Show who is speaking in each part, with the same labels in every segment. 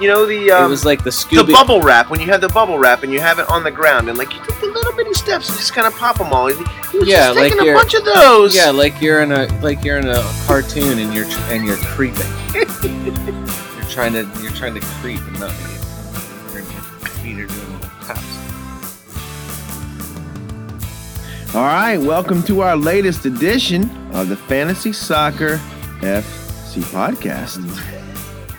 Speaker 1: you know the um,
Speaker 2: it was like the
Speaker 1: the
Speaker 2: Scooby.
Speaker 1: bubble wrap when you have the bubble wrap and you have it on the ground and like you take the little bitty steps and just kind of pop them all. He was
Speaker 2: Yeah,
Speaker 1: just
Speaker 2: like
Speaker 1: taking a
Speaker 2: you're-
Speaker 1: bunch of those.
Speaker 2: yeah, like you're in a like you're in a cartoon and you're tr- and you're creeping. you're trying to you're trying to creep and not be. Your feet are doing little taps.
Speaker 3: All right, welcome to our latest edition of the Fantasy Soccer FC podcast.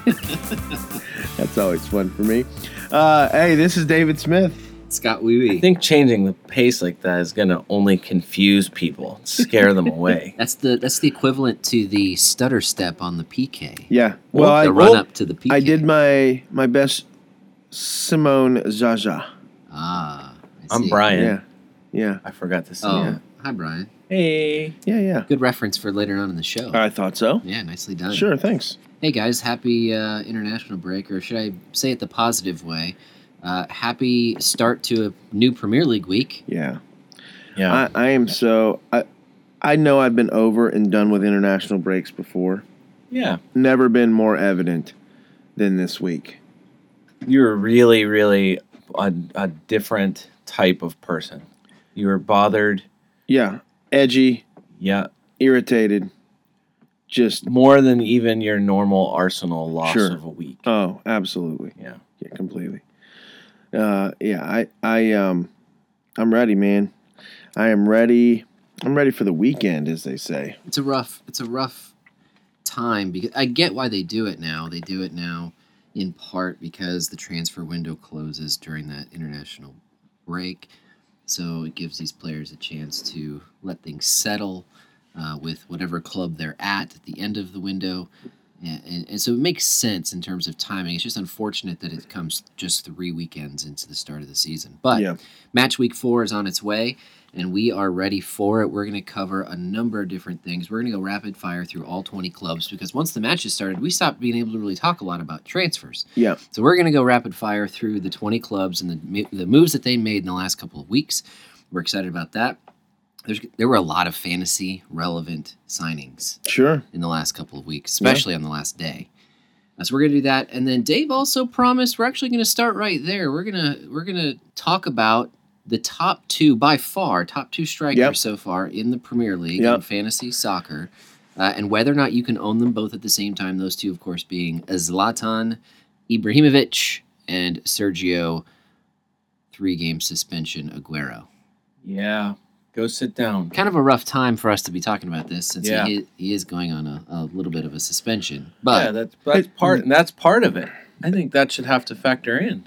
Speaker 3: That's always fun for me. Uh, hey, this is David Smith.
Speaker 4: Scott Wee
Speaker 2: I think changing the pace like that is gonna only confuse people, scare them away.
Speaker 4: That's the that's the equivalent to the stutter step on the PK.
Speaker 3: Yeah, well, I,
Speaker 4: the run up to the PK.
Speaker 3: I did my my best Simone Zaza.
Speaker 4: Ah, I
Speaker 2: I'm
Speaker 4: see.
Speaker 2: Brian.
Speaker 3: Yeah, yeah,
Speaker 2: I forgot to say.
Speaker 4: Oh,
Speaker 2: that.
Speaker 4: hi Brian.
Speaker 2: Hey.
Speaker 3: yeah, yeah.
Speaker 4: Good reference for later on in the show.
Speaker 3: I thought so.
Speaker 4: Yeah, nicely done.
Speaker 3: Sure, thanks.
Speaker 4: Hey guys, happy uh, international break, or should I say it the positive way? Uh, happy start to a new Premier League week.
Speaker 3: Yeah,
Speaker 2: Yeah.
Speaker 3: I, I am so. I I know I've been over and done with international breaks before.
Speaker 2: yeah.
Speaker 3: Never been more evident than this week.
Speaker 2: you were really, really a, a different type of person. You were bothered,
Speaker 3: Yeah, edgy,
Speaker 2: yeah,
Speaker 3: irritated, just
Speaker 2: more than even your normal Arsenal loss
Speaker 3: Sure.
Speaker 2: of a week.
Speaker 3: oh, absolutely,
Speaker 2: Yeah,
Speaker 3: yeah, completely. Uh, yeah, I, I, um, I'm ready, man. I am ready. I'm ready for the weekend, as they say.
Speaker 4: It's a rough, it's a rough time because I get why they do it now. They do it now in part because the transfer window closes during that international break, so it gives these players a chance to let things settle uh, with whatever club they're at at the end of the window. And, and, and so it makes sense in terms of timing. It's just unfortunate that it comes just three weekends into the start of the season. But
Speaker 3: Yeah.
Speaker 4: match week four is on its way, and we are ready for it. We're going to cover a number of different things. We're going to go rapid fire through all 20 clubs because once the matches started, we stopped being able to really talk a lot about transfers.
Speaker 3: Yeah,
Speaker 4: So we're going to go rapid fire through the 20 clubs and the, the moves that they made in the last couple of weeks. We're excited about that. There's, there were a lot of fantasy relevant signings
Speaker 3: sure.
Speaker 4: in the last couple of weeks, especially on the last day. Uh, So we're gonna do that, and then Dave also promised we're actually gonna start right there. We're gonna we're gonna talk about the top two by far, top two strikers
Speaker 3: Yep.
Speaker 4: so far in the Premier League
Speaker 3: Yep.
Speaker 4: in fantasy soccer, uh, and whether or not you can own them both at the same time. Those two, of course, being Zlatan Ibrahimovic and Sergio, three game suspension Aguero.
Speaker 2: yeah. Go sit down.
Speaker 4: Kind of a rough time for us to be talking about this since
Speaker 2: Yeah.
Speaker 4: he, he is going on a, a little bit of a suspension, but.
Speaker 2: Yeah, that's that's part. That's part of it. I think that should have to factor in.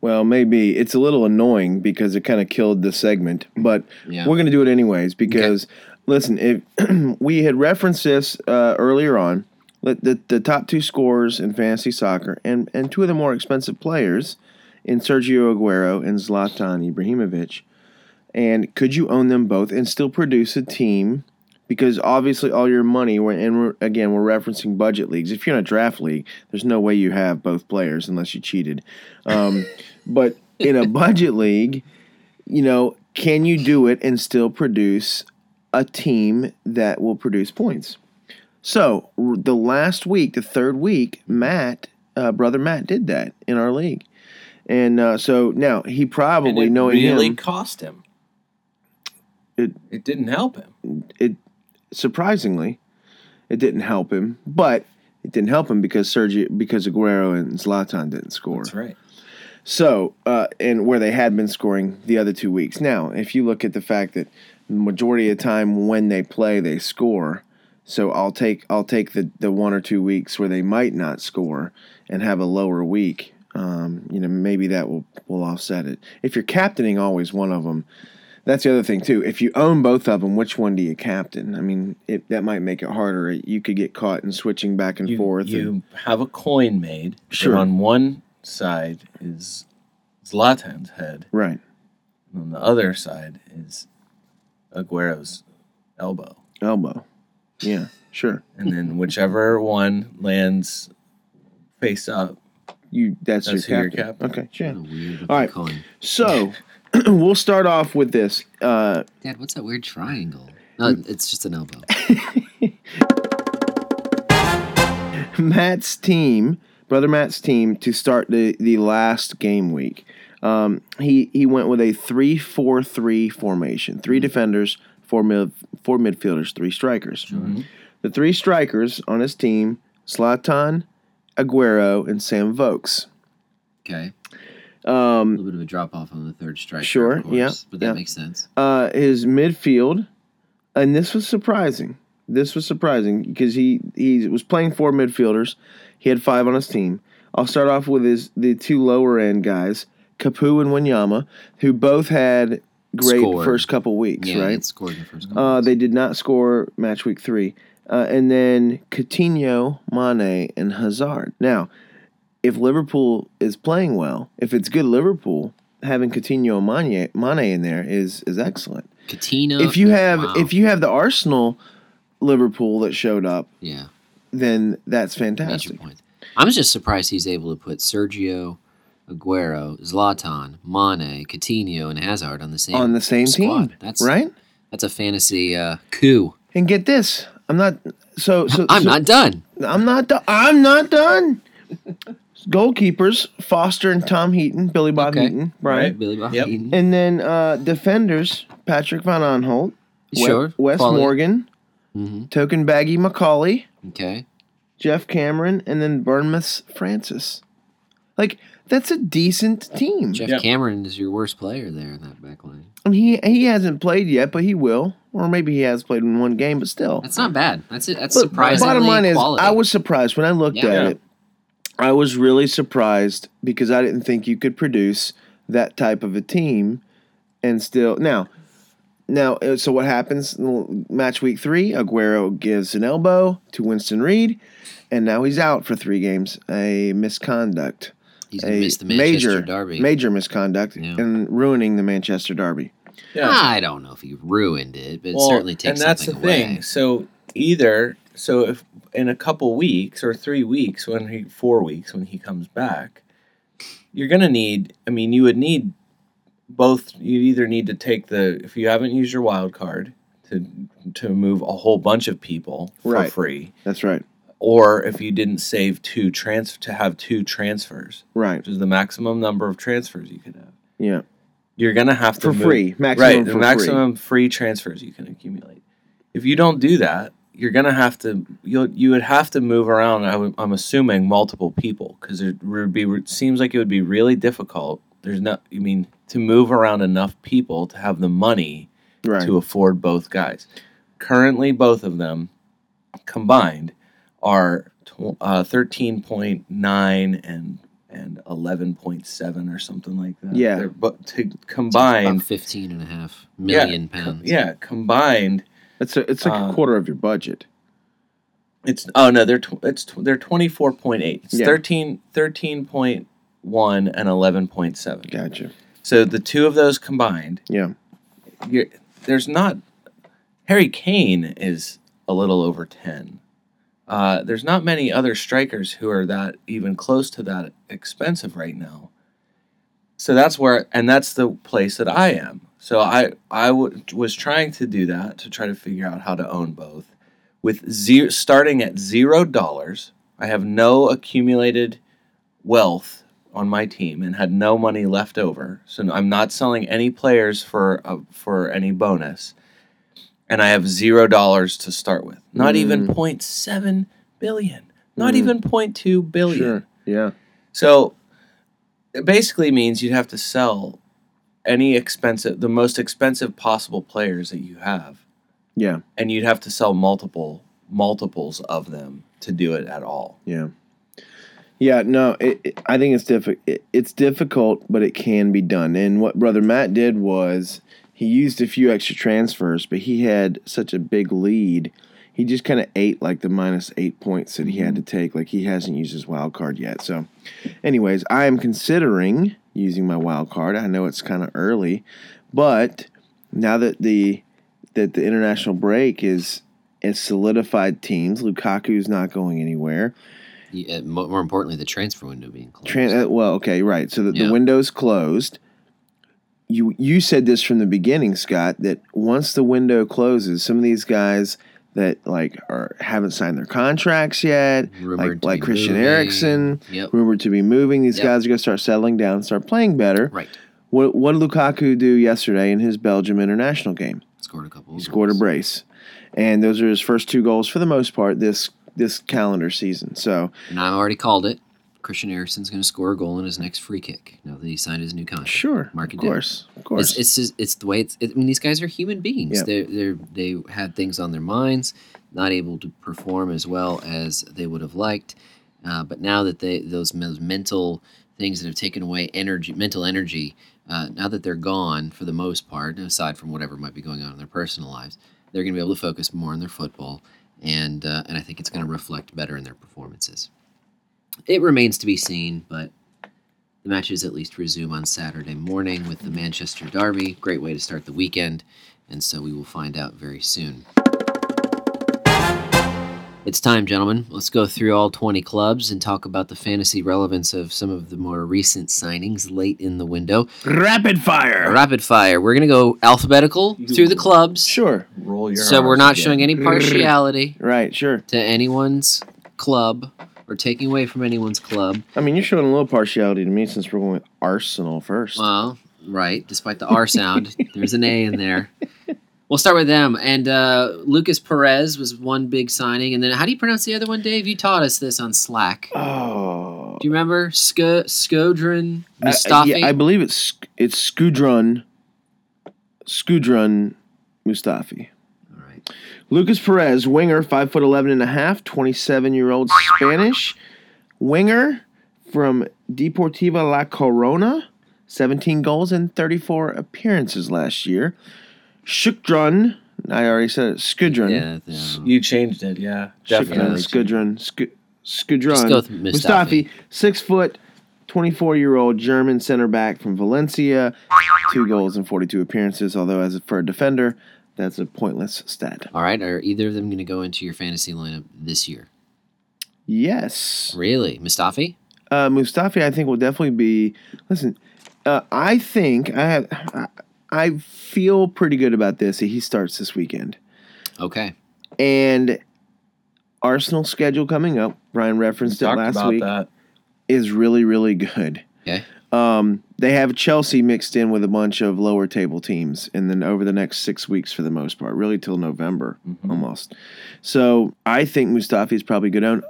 Speaker 3: Well, maybe it's a little annoying because it kind of killed the segment, but
Speaker 4: Yeah.
Speaker 3: we're going to do it anyways because listen, if we had referenced this uh, earlier on, let- the, the top two scorers in fantasy soccer and, and two of the more expensive players in Sergio Aguero and Zlatan Ibrahimovic. And could you own them both and still produce a team? Because obviously, all your money, we're, and we're, again, we're referencing budget leagues. If you're in a draft league, there's no way you have both players unless you cheated. Um, but in a budget league, you know, can you do it and still produce a team that will produce points? So r- the last week, the third week, Matt, uh, brother Matt, did that in our league, and uh, so now he
Speaker 2: And
Speaker 3: probably
Speaker 2: it
Speaker 3: knowing
Speaker 2: really
Speaker 3: him,
Speaker 2: cost him.
Speaker 3: It-
Speaker 2: it didn't help him.
Speaker 3: it surprisingly, it didn't help him, but. It didn't help him because Sergio, because Aguero and Zlatan didn't score.
Speaker 2: That's right.
Speaker 3: So, uh, and where they had been scoring the other two weeks. Now, if you look at the fact that majority of the time when they play, they score. So I'll take I'll take the, the one or two weeks where they might not score and have a lower week. Um, you know, maybe that will will offset it. If you're captaining always one of them, that's the other thing too. If you own both of them, which one do you captain? I mean, it, that might make it harder. You could get caught in switching back and
Speaker 2: You,
Speaker 3: forth.
Speaker 2: you
Speaker 3: and,
Speaker 2: have a coin made. and
Speaker 3: Sure.
Speaker 2: On one side is Zlatan's head.
Speaker 3: right.
Speaker 2: And on the other side is Aguero's elbow.
Speaker 3: Elbow. Yeah. Sure.
Speaker 2: And then whichever one lands face up.
Speaker 3: You that's,
Speaker 2: That's
Speaker 3: your,
Speaker 2: who your
Speaker 3: captain. Okay,
Speaker 4: What a
Speaker 3: sure.
Speaker 4: weird looking
Speaker 3: All right.
Speaker 4: coin.
Speaker 3: So we'll start off with this. Uh,
Speaker 4: Dad, what's that weird triangle? No, it's just an elbow.
Speaker 3: Matt's team, Brother Matt's team to start the, the last game week. Um, he he went with a three four three formation, 3 defenders, four mid, four midfielders, three strikers. The three strikers on his team: Slatan, Aguero, and Sam Vokes.
Speaker 4: Okay. A
Speaker 3: Um,
Speaker 4: little bit of a drop off on the third strike.
Speaker 3: Sure,
Speaker 4: Of course,
Speaker 3: yeah,
Speaker 4: But that
Speaker 3: yeah.
Speaker 4: makes sense.
Speaker 3: uh, his midfield, and this was surprising. This was surprising because he he was playing four midfielders. He had five on his team. I'll start off with his the two lower end guys, Kapu and Wanyama, who both had great
Speaker 4: Scored.
Speaker 3: first couple weeks,
Speaker 4: Yeah,
Speaker 3: right?
Speaker 4: it scored in the first couple.
Speaker 3: Uh, they did not score match week three. Uh, and then Coutinho, Mane, and Hazard. Now, if Liverpool is playing well, if it's good Liverpool, having Coutinho and Mane, Mane in there is is excellent.
Speaker 4: Coutinho.
Speaker 3: if you
Speaker 4: yeah,
Speaker 3: have
Speaker 4: wow.
Speaker 3: if you have the Arsenal Liverpool that showed up,
Speaker 4: yeah,
Speaker 3: then that's
Speaker 4: major
Speaker 3: fantastic.
Speaker 4: point. I'm just surprised he's able to put Sergio, Aguero, Zlatan, Mane, Coutinho, and Hazard on the same
Speaker 3: On the same
Speaker 4: squad.
Speaker 3: team,
Speaker 4: That's
Speaker 3: right?
Speaker 4: That's a fantasy uh, coup.
Speaker 3: And get this, I'm not so so.
Speaker 4: I'm
Speaker 3: so-
Speaker 4: not done.
Speaker 3: I'm not. Do- I'm not done. Goalkeepers: Foster and Tom Heaton, Billy Bob
Speaker 4: Okay.
Speaker 3: Heaton, right?
Speaker 4: Billy Bob
Speaker 2: Yep.
Speaker 4: Eaton.
Speaker 3: And then uh, defenders: Patrick Van Aanholt, We-
Speaker 4: Sure.
Speaker 3: Wes
Speaker 4: Follow it.
Speaker 3: Morgan,
Speaker 4: Mhm.
Speaker 3: Token Baggy McCauley,
Speaker 4: Okay.
Speaker 3: Jeff Cameron, and then Bournemouth's Francis. Like that's a decent team.
Speaker 4: Jeff
Speaker 2: Yep.
Speaker 4: Cameron is your worst player there in that back line.
Speaker 3: And he he hasn't played yet, but he will, or maybe he has played in one game, but still.
Speaker 4: That's not bad. That's it. That's
Speaker 3: But
Speaker 4: surprisingly
Speaker 3: Bottom line
Speaker 4: quality.
Speaker 3: is, I was surprised when I looked
Speaker 4: Yeah.
Speaker 3: at
Speaker 2: Yeah.
Speaker 3: it. I was really surprised because I didn't think you could produce that type of a team, and still now, now. uh, So what happens? Match week three, Aguero gives an elbow to Winston Reed, and now he's out for three games. A misconduct,
Speaker 4: He's
Speaker 3: a
Speaker 4: gonna miss the Manchester
Speaker 3: major,
Speaker 4: Derby.
Speaker 3: major misconduct,
Speaker 4: Yeah.
Speaker 3: and ruining the Manchester Derby.
Speaker 2: Yeah.
Speaker 4: I don't know if he ruined it, but
Speaker 2: Well,
Speaker 4: it certainly takes
Speaker 2: and that's the
Speaker 4: something away.
Speaker 2: thing. So either so if in a couple weeks or three weeks when he four weeks when he comes back, you're gonna need. I mean, you would need both. You either need to take the if you haven't used your wild card to to move a whole bunch of people for
Speaker 3: Right.
Speaker 2: free,
Speaker 3: That's right,
Speaker 2: or if you didn't save two trans to have two transfers,
Speaker 3: right?
Speaker 2: which is the maximum number of transfers you could have.
Speaker 3: Yeah,
Speaker 2: You're gonna have to
Speaker 3: for
Speaker 2: move-
Speaker 3: free, maximum
Speaker 2: right,
Speaker 3: for
Speaker 2: the maximum free. transfers you can accumulate. If you don't do that, you're gonna have to you you would have to move around. I would, I'm assuming multiple people because it would be it seems like it would be really difficult. There's not I mean to move around enough people to have the money
Speaker 3: free, right?
Speaker 2: to afford both guys. Currently, both of them combined are tw- uh, 13.9 and and 11.7 or something like that.
Speaker 3: Yeah.
Speaker 2: They're, but to
Speaker 4: It's
Speaker 2: combine
Speaker 4: about 15 and a half million
Speaker 3: Um,
Speaker 4: pounds.
Speaker 2: yeah, combined,
Speaker 3: It's a, it's like
Speaker 2: Uh,
Speaker 3: a quarter of your budget.
Speaker 2: it's oh no, they're tw- it's tw- they're twenty four point eight. It's
Speaker 3: Yeah.
Speaker 2: thirteen thirteen point one and eleven point seven.
Speaker 3: Gotcha.
Speaker 2: So the two of those combined,
Speaker 3: Yeah.
Speaker 2: you're, there's not Harry Kane is a little over ten. Uh, there's not many other strikers who are that even close to that expensive right now. So that's where, and that's the place that I am. So I I w- was trying to do that to try to figure out how to own both, with zero starting at zero dollars. I have no accumulated wealth on my team and had no money left over. So I'm not selling any players for uh, for any bonus, and I have zero dollars to start with. Not even 0.7 billion. Not
Speaker 3: Mm.
Speaker 2: even 0.2 billion.
Speaker 3: Sure. Yeah.
Speaker 2: So it basically means you'd have to sell any expensive, the most expensive possible players that you have,
Speaker 3: Yeah.
Speaker 2: and you'd have to sell multiple multiples of them to do it at all.
Speaker 3: Yeah. Yeah. No, it, it- I think it's difficult. It, it's difficult, but it can be done. And what Brother Matt did was he used a few extra transfers, but he had such a big lead. He just kind of ate like the minus eight points that he had to take. Like he hasn't used his wild card yet. So, anyways, I am considering using my wild card. I know it's kind of early, but now that the that the international break is is solidified teams, Lukaku's not going anywhere.
Speaker 4: You- uh, mo- more importantly, the transfer window being closed.
Speaker 3: Tran- uh, well, okay, right. So the,
Speaker 4: Yeah.
Speaker 3: the window's closed. You you said this from the beginning, Scott, that once the window closes, some of these guys that like are haven't signed their contracts yet,
Speaker 4: Rumored
Speaker 3: like
Speaker 4: to
Speaker 3: like
Speaker 4: be
Speaker 3: Christian
Speaker 4: moving.
Speaker 3: Eriksen,
Speaker 4: Yep.
Speaker 3: rumored to be moving. These
Speaker 4: Yep.
Speaker 3: guys are going to start settling down, start playing better.
Speaker 4: Right.
Speaker 3: What what did Lukaku do yesterday in his Belgium international game?
Speaker 4: Scored a couple.
Speaker 3: He
Speaker 4: of
Speaker 3: scored a
Speaker 4: goals.
Speaker 3: brace, and those are his first two goals for the most part this this calendar season. So
Speaker 4: And I already called it. Christian Erickson's going to score a goal in his next free kick. Now that he signed his new contract.
Speaker 3: sure,
Speaker 4: Mark it
Speaker 3: of
Speaker 4: down.
Speaker 3: course, of course,
Speaker 4: It's, it's just, it's the way it's. It, I mean, these guys are human beings.
Speaker 3: Yeah.
Speaker 4: They're, they're they had things on their minds, not able to perform as well as they would have liked. Uh, but now that they those, men- those mental things that have taken away energy, mental energy, uh, now that they're gone for the most part, aside from whatever might be going on in their personal lives, they're going to be able to focus more on their football, and uh, and I think it's going to reflect better in their performances. It remains to be seen, but the matches at least resume on Saturday morning with the Manchester Derby. Great way to start the weekend, and so we will find out very soon. It's time, gentlemen. Let's go through all 20 clubs and talk about the fantasy relevance of some of the more recent signings late in the window.
Speaker 3: rapid fire.
Speaker 4: Rapid fire. We're going to go alphabetical through the clubs.
Speaker 3: Sure,
Speaker 2: Roll your.
Speaker 4: So we're
Speaker 2: R's
Speaker 4: not
Speaker 2: again.
Speaker 4: showing any partiality
Speaker 3: right, sure.
Speaker 4: to anyone's club or taking away from anyone's club.
Speaker 3: I mean, you're showing a little partiality to me since we're going with Arsenal first.
Speaker 4: Well, right. Despite the R sound, there's an A in there. We'll start with them. And uh, Lucas Perez was one big signing. And then how do you pronounce the other one, Dave? You taught us this on Slack.
Speaker 3: oh,
Speaker 4: Do you remember? Sco- Skodran
Speaker 3: I- I-
Speaker 4: Mustafi?
Speaker 3: yeah, I believe it's Sk- it's Skudrun, Skudrun Mustafi.
Speaker 4: All right.
Speaker 3: Lucas Perez, winger, 5'11 and a half, 27 year old Spanish winger from Deportiva La Corona, 17 goals and 34 appearances last year. Shukdrun, I already said it, Skudrun.
Speaker 4: Yeah, yeah.
Speaker 2: You changed it, yeah.
Speaker 3: Shukdrun,
Speaker 2: Definitely.
Speaker 3: Skudrun, Sku- Skudrun.
Speaker 4: Just go with
Speaker 3: Mustafi,
Speaker 4: Mustafi.
Speaker 3: six foot, 24 year old German center back from Valencia, two goals and 42 appearances, although as for a defender, that's a pointless stat.
Speaker 4: All right. Are either of them going to go into your fantasy lineup this year?
Speaker 3: Yes.
Speaker 4: Really? Mustafi?
Speaker 3: uh, Mustafi, I think will definitely be. Listen, uh, I think I have. I, I feel pretty good about this. He starts this weekend,
Speaker 4: Okay.
Speaker 3: and Arsenal schedule coming up. Ryan referenced it
Speaker 2: Talked
Speaker 3: last
Speaker 2: about
Speaker 3: week. Is
Speaker 2: that.
Speaker 3: really really good.
Speaker 4: Okay.
Speaker 3: Um, they have Chelsea mixed in with a bunch of lower table teams, and then over the next six weeks, for the most part, really till November
Speaker 4: Mm-hmm.
Speaker 2: Mhm.
Speaker 3: almost. So I think Mustafi is probably good. On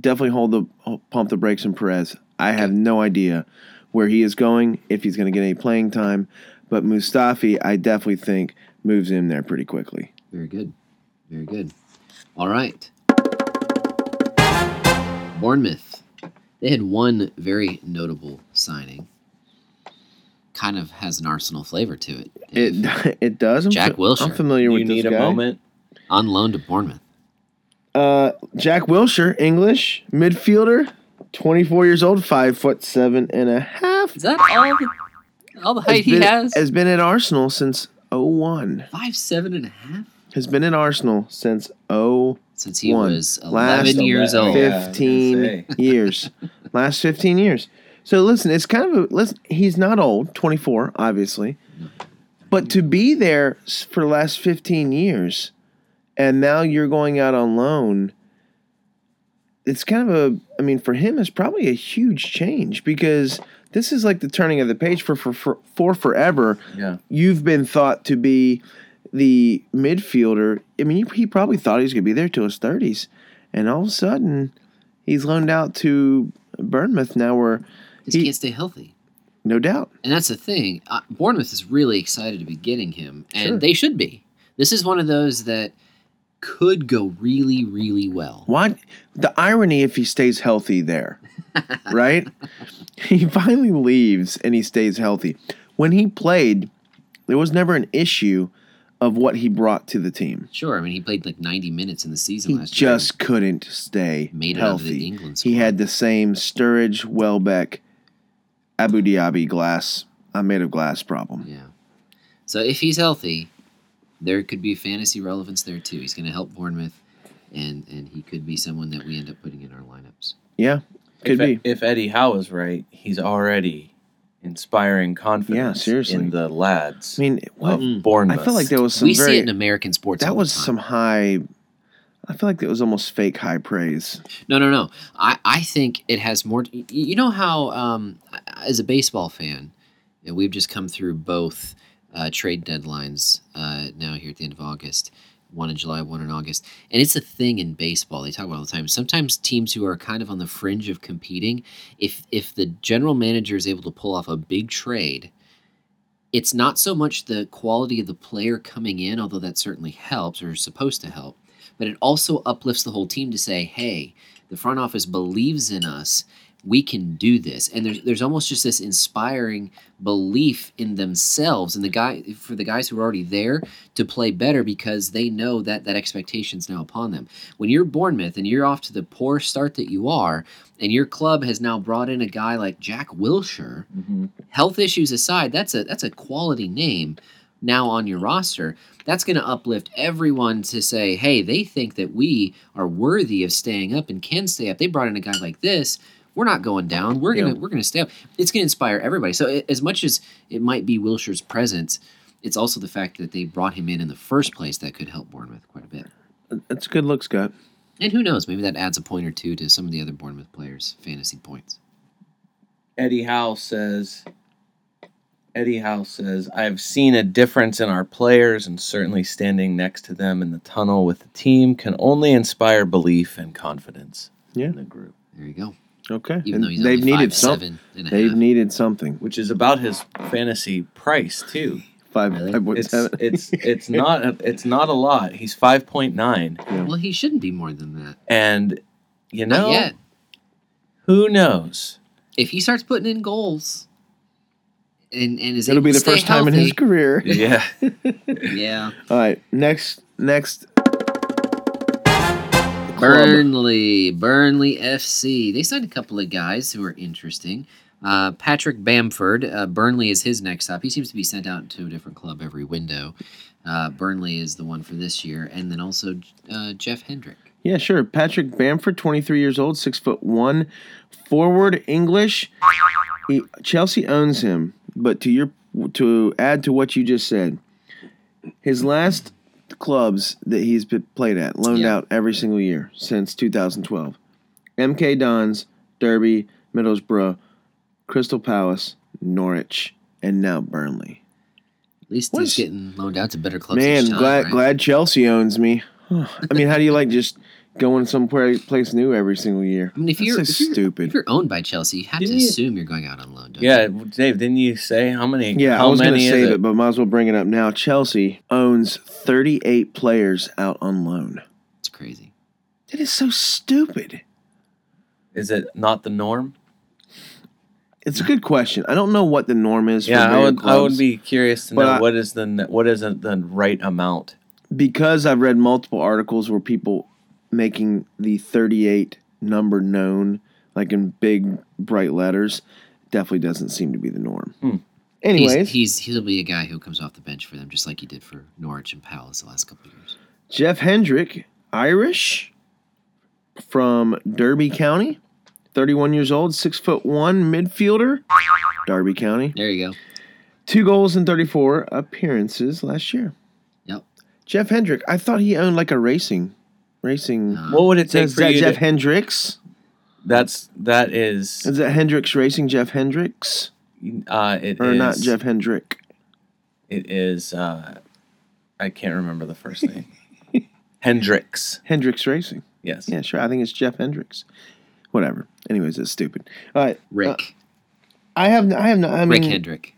Speaker 3: definitely hold the hold- pump the brakes on Perez. I have no idea where he is going if he's going to get any playing time, but Mustafi, I definitely think moves in there pretty quickly.
Speaker 4: Very good. Very good. All right. Bournemouth. They had one very notable signing. Kind of has an Arsenal flavor to it. Dave.
Speaker 3: It it does. I'm,
Speaker 4: Jack
Speaker 3: fa-
Speaker 4: Wilshere.
Speaker 3: I'm familiar
Speaker 2: You
Speaker 3: with this
Speaker 2: need a
Speaker 3: guy.
Speaker 2: moment.
Speaker 4: On loan to Bournemouth.
Speaker 3: Uh, Jack Wilshire, English midfielder, 24 years old, five foot seven and a half.
Speaker 4: Is that all the, all the height
Speaker 3: has been,
Speaker 4: he has?
Speaker 3: has been at Arsenal since 01.
Speaker 4: Five seven and a half
Speaker 3: Has been at Arsenal since 0
Speaker 4: since he
Speaker 3: One.
Speaker 4: was
Speaker 3: Last
Speaker 4: eleven years
Speaker 2: eleven.
Speaker 4: old.
Speaker 2: Yeah, I was gonna
Speaker 3: 15
Speaker 2: say.
Speaker 3: years. Last 15 years. So listen, it's kind of a listen, he's not old, 24 obviously. But to be there s- for the last 15 years and now you're going out on loan, it's kind of a I mean for him it's probably a huge change because this is like the turning of the page for for, for, for forever
Speaker 2: Yeah.
Speaker 3: you've been thought to be the midfielder. I mean, he probably thought he was going to be there till his 30s. And all of a sudden, he's loaned out to Bournemouth now, where
Speaker 4: He,
Speaker 3: He-
Speaker 4: can't stay healthy.
Speaker 3: no doubt.
Speaker 4: And that's the thing. Uh, Bournemouth is really excited to be getting him, and
Speaker 3: Sure.
Speaker 4: they should be. This is one of those that could go really, really well.
Speaker 3: Why? The irony if he stays healthy there, right? he finally leaves and he stays healthy. When he played, there was never an issue of what he brought to the team.
Speaker 4: Sure, I mean he played like 90 minutes in the season
Speaker 3: He
Speaker 4: last year.
Speaker 3: just couldn't stay
Speaker 4: made it out of
Speaker 3: healthy.
Speaker 4: the England squad.
Speaker 3: He had the same Sturridge, Welbeck, Abu Dhabi glass. I'm made of glass problem.
Speaker 4: yeah. So if he's healthy, there could be fantasy relevance there too. He's going to help Bournemouth, and and he could be someone that we end up putting in our lineups.
Speaker 3: Yeah, could
Speaker 2: if, E,
Speaker 3: be.
Speaker 2: If Eddie Howe is right, he's already inspiring confidence
Speaker 3: Yeah, seriously.
Speaker 2: in the lads
Speaker 3: I mean, what?
Speaker 2: of Bournemouth.
Speaker 3: I felt like there was some
Speaker 4: we
Speaker 3: very
Speaker 4: see it in American sports. all
Speaker 3: that
Speaker 4: the
Speaker 3: was
Speaker 4: time.
Speaker 3: some high I feel like that was almost fake high praise.
Speaker 4: No, no, no. I, I think it has more. y- You know how, um, as a baseball fan, you know, we've just come through both uh, trade deadlines uh, now here at the end of August, one in July, one in August. And it's a thing in baseball. They talk about it all the time. Sometimes teams who are kind of on the fringe of competing, if if the general manager is able to pull off a big trade, it's not so much the quality of the player coming in, although that certainly helps or is supposed to help, but it also uplifts the whole team to say, hey, the front office believes in us. We can do this. And there's, there's almost just this inspiring belief in themselves and the guy for the guys who are already there to play better because they know that that expectation's now upon them. When you're Bournemouth and you're off to the poor start that you are, and your club has now brought in a guy like Jack Wilshire,
Speaker 2: Mm-hmm.
Speaker 4: health issues aside, that's a that's a quality name now on your roster. That's going to uplift everyone to say, "Hey, they think that we are worthy of staying up and can stay up. They brought in a guy like this. We're not going down. We're gonna we're gonna stay up. It's gonna inspire everybody. So a- as much as it might be Wilshire's presence, it's also the fact that they brought him in in the first place that could help Bournemouth quite a bit.
Speaker 3: That's a good look, Scott.
Speaker 4: And who knows? Maybe that adds a point or two to some of the other Bournemouth players' fantasy points.
Speaker 2: Eddie Howe says Eddie Howe says I've seen a difference in our players and certainly standing next to them in the tunnel with the team can only inspire belief and confidence
Speaker 3: Yeah.
Speaker 2: in the group.
Speaker 4: There you go.
Speaker 3: Okay.
Speaker 4: Even
Speaker 3: And
Speaker 4: though he's
Speaker 3: they've
Speaker 4: only
Speaker 3: needed
Speaker 4: five,
Speaker 3: some-
Speaker 4: seven and a
Speaker 3: They've
Speaker 4: half.
Speaker 3: needed something.
Speaker 2: Which is about his fantasy price too.
Speaker 3: Five,
Speaker 4: Really?
Speaker 3: five point
Speaker 2: It's
Speaker 3: seven.
Speaker 2: it's it's not a, it's not a lot. He's five point nine,
Speaker 4: Well, he shouldn't be more than that.
Speaker 2: and you
Speaker 4: Not
Speaker 2: know
Speaker 4: yet.
Speaker 2: who knows.
Speaker 4: If he starts putting in goals, and and is
Speaker 3: It'll
Speaker 4: able
Speaker 3: be
Speaker 4: to
Speaker 3: the
Speaker 4: stay
Speaker 3: first time in his career.
Speaker 2: Yeah,
Speaker 4: healthy- Yeah,
Speaker 3: All right. Next. Next.
Speaker 4: Burnley, Burnley FC. They signed a couple of guys who are interesting. Uh, Patrick Bamford, uh, Burnley is his next stop. He seems to be sent out to a different club every window. Uh, Burnley is the one for this year, and then also uh, Jeff Hendrick.
Speaker 3: Yeah, sure. Patrick Bamford, 23 years old, six foot one, forward English. He, Chelsea owns him, but to your to add to what you just said, his last clubs that he's been played at loaned
Speaker 4: Yeah.
Speaker 3: out every single year since 2012: MK Dons, Derby, Middlesbrough, Crystal Palace, Norwich, and now Burnley.
Speaker 4: At least
Speaker 3: What
Speaker 4: he's
Speaker 3: is-
Speaker 4: getting loaned out to better clubs.
Speaker 3: Man,
Speaker 4: each time,
Speaker 3: glad
Speaker 4: right?
Speaker 3: glad Chelsea owns me. I mean, how do you like just going somewhere place new every single year?
Speaker 4: I mean, if
Speaker 3: That's
Speaker 4: you're,
Speaker 3: so
Speaker 4: if you're
Speaker 3: stupid.
Speaker 4: if you're owned by Chelsea, you have
Speaker 2: Didn't
Speaker 4: to
Speaker 2: you-
Speaker 4: assume you're going out on loan. Don't you?
Speaker 2: yeah. Dave, didn't you say how many?
Speaker 3: yeah,
Speaker 2: how
Speaker 3: I was going to
Speaker 2: many is
Speaker 3: save
Speaker 2: it?
Speaker 3: it, but might as well bring it up now. Chelsea owns 38 players out on loan.
Speaker 4: it's crazy.
Speaker 3: That is so stupid.
Speaker 2: Is it not the norm?
Speaker 3: It's a good question. I don't know what the norm is. for
Speaker 2: Yeah, I
Speaker 3: bigger
Speaker 2: would. I would
Speaker 3: clubs.
Speaker 2: be curious to
Speaker 3: But
Speaker 2: know
Speaker 3: I-
Speaker 2: what is the n- what is the- the right amount.
Speaker 3: because I've read multiple articles where people making the 38 number known, like in big bright letters, definitely doesn't seem to be the norm.
Speaker 2: Hmm.
Speaker 3: Anyways,
Speaker 4: he's, he's he'll be a guy who comes off the bench for them, just like he did for Norwich and Palace the last couple of years.
Speaker 3: Jeff Hendrick, Irish, from Derby County, 31 years old, six foot one midfielder, Derby County.
Speaker 4: There you go.
Speaker 3: Two goals and 34 appearances last year.
Speaker 4: Yep.
Speaker 3: Jeff Hendrick, I thought he owned like a racing, racing.
Speaker 4: Uh,
Speaker 2: What would it take
Speaker 3: Mm. Is
Speaker 2: for
Speaker 3: that
Speaker 2: you?
Speaker 3: Jeff
Speaker 2: to-
Speaker 3: Hendricks?
Speaker 2: that's that is
Speaker 3: Is that Hendricks Racing? Jeff Hendricks
Speaker 2: uh, it
Speaker 3: or not
Speaker 2: is-
Speaker 3: Jeff Hendrick?
Speaker 2: It is. Uh, I can't remember the first name. Hendrix.
Speaker 3: Hendricks Racing.
Speaker 2: Yes.
Speaker 3: Yeah, sure. I think it's Jeff Hendricks. Whatever. Anyways, it's stupid. All right.
Speaker 4: Rick,
Speaker 3: I have. I have. not. I
Speaker 4: Rick
Speaker 3: mean,
Speaker 4: Hendrick.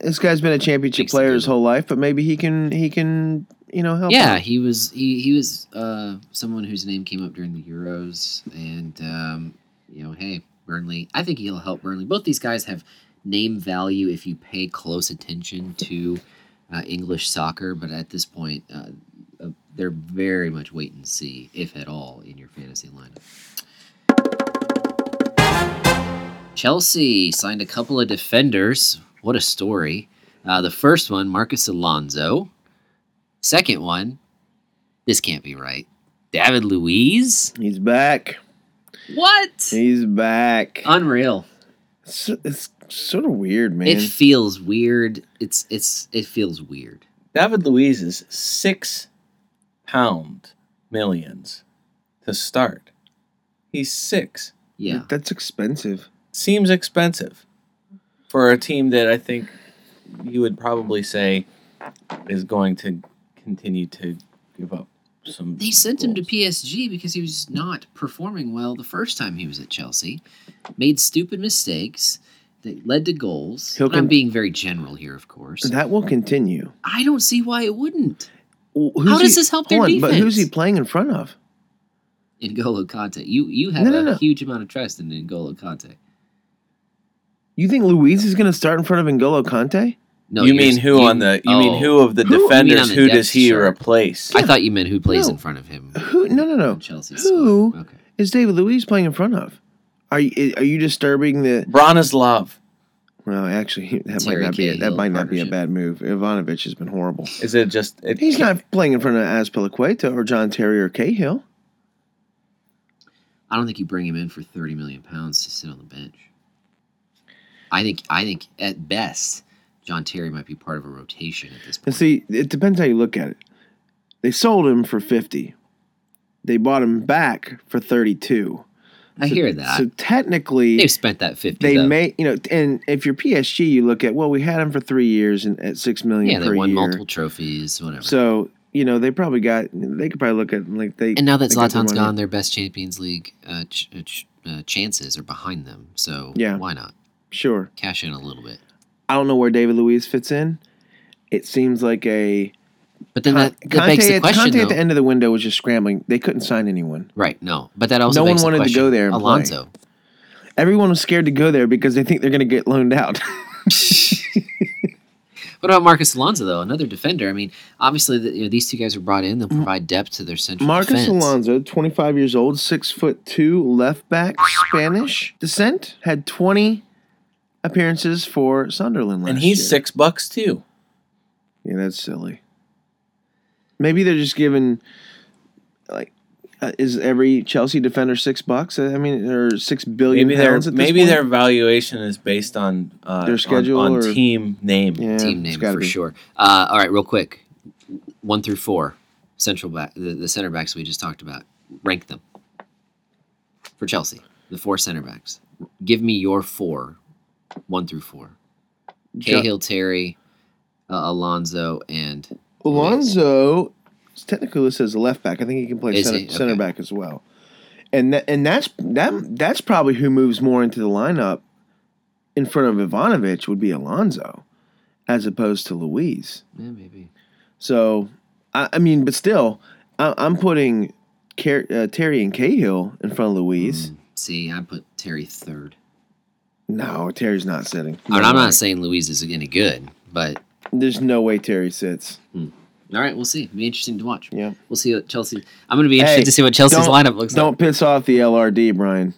Speaker 3: this guy's been a championship
Speaker 4: Makes
Speaker 3: player
Speaker 4: the
Speaker 3: his
Speaker 4: deal.
Speaker 3: whole life, but maybe he can. He can. You know, help.
Speaker 4: Yeah,
Speaker 3: out.
Speaker 4: he was he he was uh, someone whose name came up during the Euros, and um, you know, hey, Burnley. I think he'll help Burnley. Both these guys have name value if you pay close attention to uh, English soccer, but at this point, uh, uh, they're very much wait and see, if at all, in your fantasy lineup. Chelsea signed a couple of defenders. What a story. Uh, the first one, Marcus Alonso. Second one, this can't be right. David Luiz?
Speaker 3: He's back.
Speaker 4: What?
Speaker 3: He's back.
Speaker 4: Uh, Unreal.
Speaker 3: It's, it's sort of weird, man.
Speaker 4: It feels weird. It's it's it feels weird.
Speaker 2: David Luiz is six pound millions to start. He's six.
Speaker 4: Yeah.
Speaker 3: That's expensive.
Speaker 2: Seems expensive for a team that I think you would probably say is going to continue to give up some.
Speaker 4: They sent him to
Speaker 2: goals.
Speaker 4: PSG because he was not performing well the first time he was at Chelsea. Made stupid mistakes that led to goals.
Speaker 3: He'll
Speaker 4: And I'm
Speaker 3: con-
Speaker 4: being very general here, of course.
Speaker 3: That will continue.
Speaker 4: I don't see why it wouldn't.
Speaker 3: Who's
Speaker 4: How does
Speaker 3: he-
Speaker 4: this help their
Speaker 3: hold on,
Speaker 4: defense?
Speaker 3: But who's he playing in front of?
Speaker 4: N'Golo Kante. You you have
Speaker 3: No, no,
Speaker 4: a
Speaker 3: no.
Speaker 4: huge amount of trust in N'Golo Kante.
Speaker 3: You think Luis is going to start in front of N'Golo Conte?
Speaker 4: No,
Speaker 2: you
Speaker 4: you're
Speaker 2: mean
Speaker 4: s-
Speaker 2: who on the? You mean
Speaker 4: oh.
Speaker 2: who of the
Speaker 4: Who- you mean on
Speaker 2: defenders?
Speaker 4: the
Speaker 2: Who
Speaker 4: depth
Speaker 2: does he
Speaker 4: chart.
Speaker 2: replace?
Speaker 4: I thought you meant who plays
Speaker 3: No.
Speaker 4: in front of him.
Speaker 3: Who? No, no, no.
Speaker 4: in Chelsea's
Speaker 3: Oh. Who?
Speaker 4: squad. Okay.
Speaker 3: Is David Luis playing in front of? Are you are you disturbing the?
Speaker 2: Bronislav.
Speaker 3: Well, actually, that
Speaker 4: Terry
Speaker 3: might not be a, that
Speaker 4: Cahill
Speaker 3: might not be a
Speaker 4: partnership.
Speaker 3: bad move. Ivanovic has been horrible.
Speaker 2: Is it just? It,
Speaker 3: He's not playing in front of Azpilicueta or John Terry or Cahill.
Speaker 4: I don't think you bring him in for thirty million pounds to sit on the bench. I think I think at best, John Terry might be part of a rotation at this
Speaker 3: And
Speaker 4: point.
Speaker 3: see, it depends how you look at it. They sold him for fifty. They bought him back for thirty-two.
Speaker 4: I hear that.
Speaker 3: So technically,
Speaker 4: They've spent that fifty.
Speaker 3: they
Speaker 4: though.
Speaker 3: may you know and if you're PSG you look at well we had him for 3 years and at 6 million
Speaker 4: yeah, they
Speaker 3: per
Speaker 4: won
Speaker 3: year.
Speaker 4: multiple trophies, whatever.
Speaker 3: So, you know, they probably got they could probably look at like they
Speaker 4: and now that
Speaker 3: they got the
Speaker 4: Zlatan's
Speaker 3: money.
Speaker 4: gone, their best Champions League uh, ch- uh, ch- uh, chances are behind them. So
Speaker 3: Yeah.
Speaker 4: why not
Speaker 3: Sure.
Speaker 4: cash in a little bit?
Speaker 3: I don't know where David Luiz fits in. It seems like a
Speaker 4: But then that, that
Speaker 3: Conte,
Speaker 4: begs the
Speaker 3: at-
Speaker 4: question,
Speaker 3: Conte at
Speaker 4: though.
Speaker 3: the end of the window was just scrambling. They couldn't sign anyone.
Speaker 4: right? No, but that also
Speaker 3: No one
Speaker 4: begs the
Speaker 3: wanted to
Speaker 4: question,
Speaker 3: go there and play.
Speaker 4: Alonso.
Speaker 3: Everyone was scared to go there because they think they're going to get loaned out.
Speaker 4: What about Marcus Alonso though? Another defender. I mean, obviously, the, you know, these two guys were brought in. They'll provide depth to their central
Speaker 3: Mm-hmm. Marcus
Speaker 4: defense.
Speaker 3: Alonso, 25 years old, 6 foot 2, left back, Spanish descent, had 20 appearances for Sunderland last
Speaker 2: and he's
Speaker 3: year.
Speaker 2: six bucks too.
Speaker 3: Yeah, that's silly. Maybe they're just giving, like, uh, is every Chelsea defender six bucks? I mean, or six billion
Speaker 2: Maybe their
Speaker 3: pounds at this
Speaker 2: maybe
Speaker 3: point?
Speaker 2: their valuation is based on uh,
Speaker 3: Their
Speaker 2: on-
Speaker 3: schedule
Speaker 2: on,
Speaker 3: or-
Speaker 2: team name.
Speaker 3: yeah,
Speaker 4: Team
Speaker 3: it's
Speaker 4: name
Speaker 3: gotta
Speaker 4: for
Speaker 3: be.
Speaker 4: sure. Uh, all right, real quick, one through four, central back, the, the center backs we just talked about. Rank them for Chelsea. The four center backs. Give me your four, one through four. Cahill, Terry, uh, Alonso, and
Speaker 3: Alonso is technically listed as a left back. I think he can play
Speaker 4: Is
Speaker 3: center,
Speaker 4: he? Okay.
Speaker 3: center back as well. And that, and that's that that's probably who moves more into the lineup in front of Ivanovic would be Alonso, as opposed to Luis.
Speaker 4: yeah, maybe.
Speaker 3: So, I, I mean, but still, I, I'm putting Car- uh, Terry and Cahill in front of Louise.
Speaker 4: Mm, see, I put Terry third.
Speaker 3: No, Terry's not sitting.
Speaker 4: I mean, Oh, I'm not saying Louise is any good, but
Speaker 3: There's no way Terry sits.
Speaker 4: all right, we'll see. It'll be interesting to watch.
Speaker 3: Yeah.
Speaker 4: We'll see what Chelsea. I'm going to be
Speaker 3: Hey,
Speaker 4: interested to see what Chelsea's
Speaker 3: don't-
Speaker 4: lineup looks like.
Speaker 3: Don't piss off the LRD, Brian.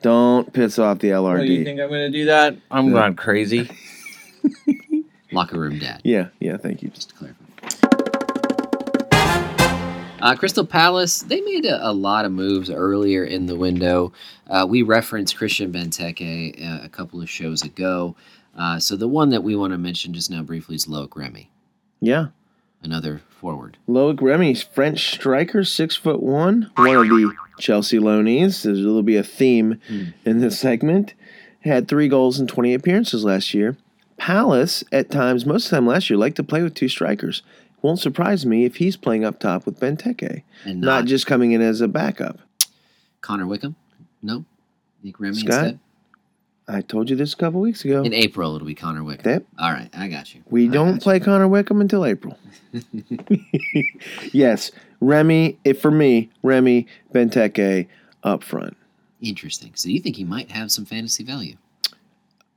Speaker 3: Don't piss off the
Speaker 2: Oh,
Speaker 3: LRD.
Speaker 2: you think I'm going to do that? I'm
Speaker 3: Yeah.
Speaker 2: gone crazy.
Speaker 4: Locker room dad.
Speaker 3: yeah, yeah. Thank you.
Speaker 4: just to clarify. Uh, Crystal Palace, they made a, a lot of moves earlier in the window. Uh, we referenced Christian Benteke uh, a, a couple of shows ago. Uh, so the one that we want to mention just now briefly is Loic Remy,
Speaker 3: Yeah,
Speaker 4: another forward.
Speaker 3: Loic Remy's French striker, six foot one, one of the Chelsea loanees. There's- There'll be a theme
Speaker 4: Hmm.
Speaker 3: in this segment. Had three goals and 20 appearances last year. Palace, at times, most of the time last year, liked to play with two strikers. Won't surprise me if he's playing up top with Benteke,
Speaker 4: And
Speaker 3: not,
Speaker 4: not,
Speaker 3: just coming in as a backup.
Speaker 4: Connor Wickham? No? Nick Remy
Speaker 3: Scott?
Speaker 4: instead?
Speaker 3: I told you this a couple weeks ago.
Speaker 4: In April, it'll be Connor Wickham.
Speaker 3: That
Speaker 4: All right, I got you.
Speaker 3: we
Speaker 4: I
Speaker 3: don't
Speaker 4: got
Speaker 3: play Connor Wickham until April. yes, Remy. If for me, Remy Benteke up front.
Speaker 4: you. Interesting. So you think he might have some fantasy value?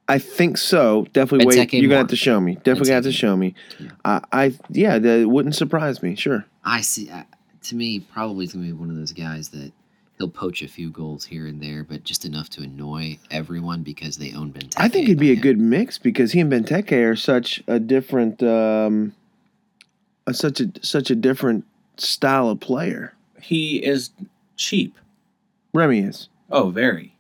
Speaker 3: I think so. Definitely wait.
Speaker 4: Benteke
Speaker 3: You're gonna
Speaker 4: more.
Speaker 3: have to show me. Definitely gonna have to
Speaker 4: Benteke.
Speaker 3: show me.
Speaker 4: Yeah.
Speaker 3: I, I yeah, that wouldn't surprise me. Sure.
Speaker 4: I see. I, to me, probably he's gonna be one of those guys that he'll poach a few goals here and there, but just enough to annoy everyone because they own Benteke.
Speaker 3: I think it'd be a
Speaker 4: and
Speaker 3: good mix because he and Benteke are such a different, um, a, such a such a different style of player.
Speaker 2: he is cheap.
Speaker 3: Remy is
Speaker 2: Oh, very.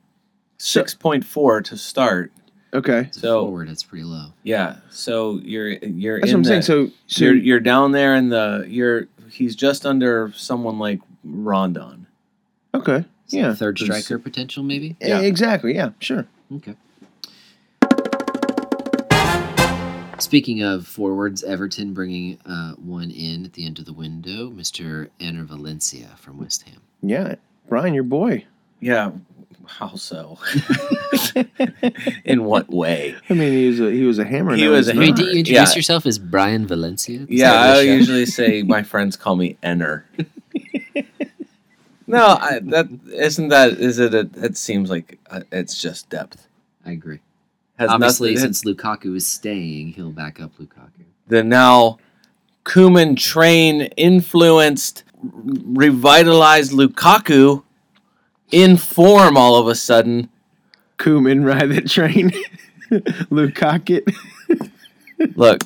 Speaker 2: Six point four to start.
Speaker 3: okay.
Speaker 4: as a
Speaker 2: so-
Speaker 4: forward, it's pretty low.
Speaker 2: Yeah. So you're you're
Speaker 3: That's what
Speaker 2: in
Speaker 3: I'm
Speaker 2: the,
Speaker 3: saying. So so
Speaker 2: you're you're down there in the you're he's just under someone like Rondon.
Speaker 3: Okay.
Speaker 4: So
Speaker 3: yeah.
Speaker 4: Third
Speaker 2: It's-
Speaker 4: striker potential, maybe?
Speaker 3: E-
Speaker 2: yeah.
Speaker 3: Exactly. Yeah. Sure.
Speaker 4: Okay. Speaking of forwards, Everton bringing uh, one in at the end of the window, Mr. Enner Valencia from West Ham.
Speaker 3: Yeah. Brian, your boy.
Speaker 2: Yeah. How so? In what way?
Speaker 3: I mean, he was a, he was a hammer.
Speaker 2: He
Speaker 3: now
Speaker 2: was
Speaker 3: he's
Speaker 2: a-
Speaker 4: Wait,
Speaker 3: not.
Speaker 4: did you introduce
Speaker 2: Yeah.
Speaker 4: yourself as Brian Valencia? Is
Speaker 2: Yeah,
Speaker 4: that
Speaker 2: I
Speaker 4: what you-
Speaker 2: usually say my friends call me Enner. no, I, that isn't that. Is it? A, it seems like uh, it's just depth.
Speaker 4: I agree.
Speaker 2: Has
Speaker 4: Obviously,
Speaker 2: nothing-
Speaker 4: since Lukaku is staying, he'll back up Lukaku.
Speaker 2: the now Kuman train influenced, revitalized Lukaku in form all of a sudden.
Speaker 3: Kuman ride the train. Luke Cockett.
Speaker 2: Look,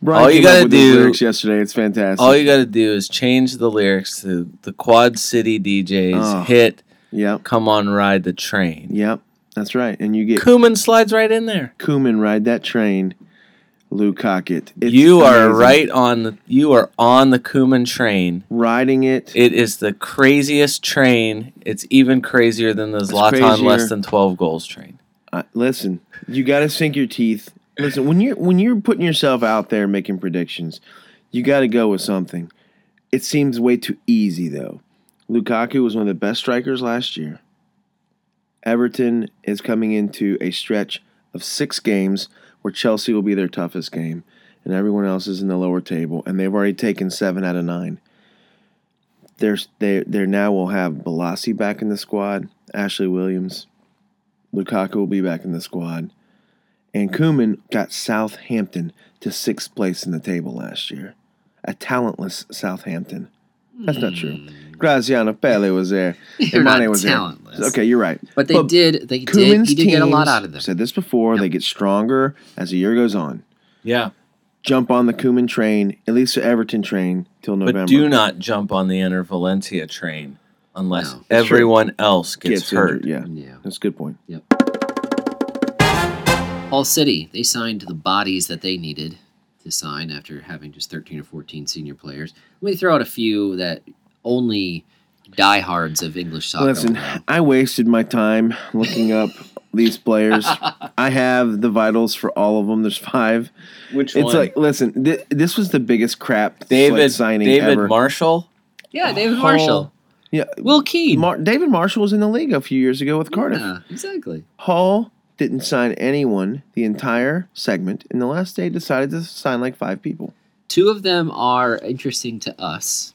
Speaker 3: Brian
Speaker 2: All you
Speaker 3: came up
Speaker 2: gotta
Speaker 3: with these
Speaker 2: do-
Speaker 3: lyrics yesterday. It's fantastic.
Speaker 2: all you got to do is change the lyrics to the Quad City DJs
Speaker 3: Oh.
Speaker 2: hit
Speaker 3: yep.
Speaker 2: Come On Ride the Train.
Speaker 3: Yep. That's right. And you get
Speaker 2: Kuman slides right in there.
Speaker 3: Kuman ride that train. Luke Cockett. It's
Speaker 2: you are
Speaker 3: amazing.
Speaker 2: right on the you are on the Kuman train.
Speaker 3: Riding it.
Speaker 2: It is the craziest train. It's even crazier than the Zlatan
Speaker 3: crazier.
Speaker 2: less than 12 goals train.
Speaker 3: I, listen, you got to sink your teeth. Listen, when you're when you're putting yourself out there making predictions, you got to go with something. It seems way too easy though. Lukaku was one of the best strikers last year. Everton is coming into a stretch of six games where Chelsea will be their toughest game, and everyone else is in the lower table, and they've already taken seven out of nine. There's they they now will have Balassi back in the squad, Ashley Williams, Lukaku will be back in the squad. And Kuman got Southampton to sixth place in the table last year. A talentless Southampton. That's not true. Graziano Pele was there.
Speaker 4: Hmm. They're
Speaker 3: Imane
Speaker 4: not
Speaker 3: was there.
Speaker 4: talentless.
Speaker 3: Okay, you're right.
Speaker 4: But they
Speaker 3: But
Speaker 4: did. They did.
Speaker 3: Kuman's
Speaker 4: He did get a lot out of
Speaker 3: teams-
Speaker 4: them.
Speaker 3: Said this before. They get stronger as the year goes on.
Speaker 2: Yeah.
Speaker 3: Jump on the Kuman train, at least the Everton train, till November.
Speaker 2: But do not jump on the Inter Valencia train unless
Speaker 4: No,
Speaker 3: that's true.
Speaker 2: everyone else gets, hurt.
Speaker 3: injured. Yeah,
Speaker 4: Yeah.
Speaker 3: that's a good point.
Speaker 4: Hull City, they signed the bodies that they needed to sign after having just 13 or 14 senior players. Let me throw out a few that only diehards of English soccer
Speaker 3: Listen,
Speaker 4: will know.
Speaker 3: I wasted my time looking up these players. I have the vitals for all of them. There's five.
Speaker 2: Which
Speaker 3: It's like, listen, th- this was the biggest crap
Speaker 2: David
Speaker 3: David, signing
Speaker 2: David
Speaker 3: ever.
Speaker 2: Marshall.
Speaker 4: Yeah, David
Speaker 2: Hull-
Speaker 4: Marshall.
Speaker 3: yeah,
Speaker 4: Will Keane.
Speaker 3: Mar- David Marshall was in the league a few years ago with Cardiff.
Speaker 4: Yeah, exactly.
Speaker 3: Hall didn't sign anyone the entire segment, and the last day decided to sign like five people.
Speaker 4: Two of them are interesting to us.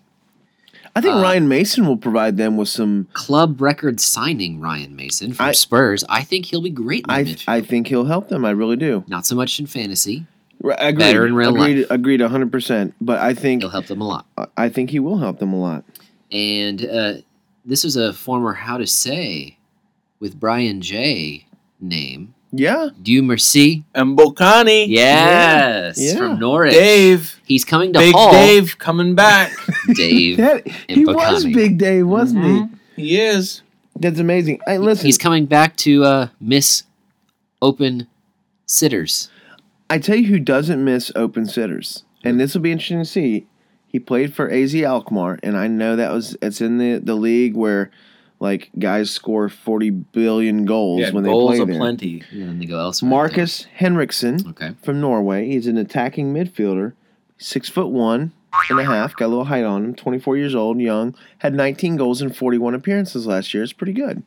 Speaker 3: I think
Speaker 4: Uh,
Speaker 3: Ryan Mason will provide them with some.
Speaker 4: Club record signing Ryan Mason from
Speaker 3: I-
Speaker 4: Spurs. I think he'll be great in the
Speaker 3: I
Speaker 4: midfield.
Speaker 3: I think he'll help them. I really do.
Speaker 4: Not so much in fantasy.
Speaker 3: R- Agreed.
Speaker 4: Better in real
Speaker 3: agreed,
Speaker 4: life.
Speaker 3: Agreed, hundred percent. But I think
Speaker 4: He'll help them a lot.
Speaker 3: I think he will help them a lot.
Speaker 4: And uh, this is a former How to Say with Brian J name.
Speaker 3: Yeah.
Speaker 4: Du Merci.
Speaker 2: Mbokani.
Speaker 4: Yes.
Speaker 3: Yeah.
Speaker 4: From Norwich.
Speaker 2: Dave.
Speaker 4: He's coming to
Speaker 2: Big
Speaker 4: Hull.
Speaker 2: Dave coming back.
Speaker 4: Dave.
Speaker 3: That, he was
Speaker 4: Bacani.
Speaker 3: Big Dave, wasn't he?
Speaker 2: he is.
Speaker 3: That's amazing. I listen.
Speaker 4: He's coming back to uh, Miss Open Sitters.
Speaker 3: I tell you who doesn't miss open sitters, and this will be interesting to see. He played for AZ Alkmaar, and I know that was it's in the, the league where like guys score forty billion goals
Speaker 2: Yeah,
Speaker 3: when
Speaker 2: goals
Speaker 3: they play there.
Speaker 2: aplenty.
Speaker 4: And then they go elsewhere. I think.
Speaker 3: Marcus Henriksen
Speaker 4: Okay.
Speaker 3: from Norway. He's an attacking midfielder, six foot one and a half. Got a little height on him. Twenty four years old, young. Had nineteen goals and forty one appearances last year. It's pretty good.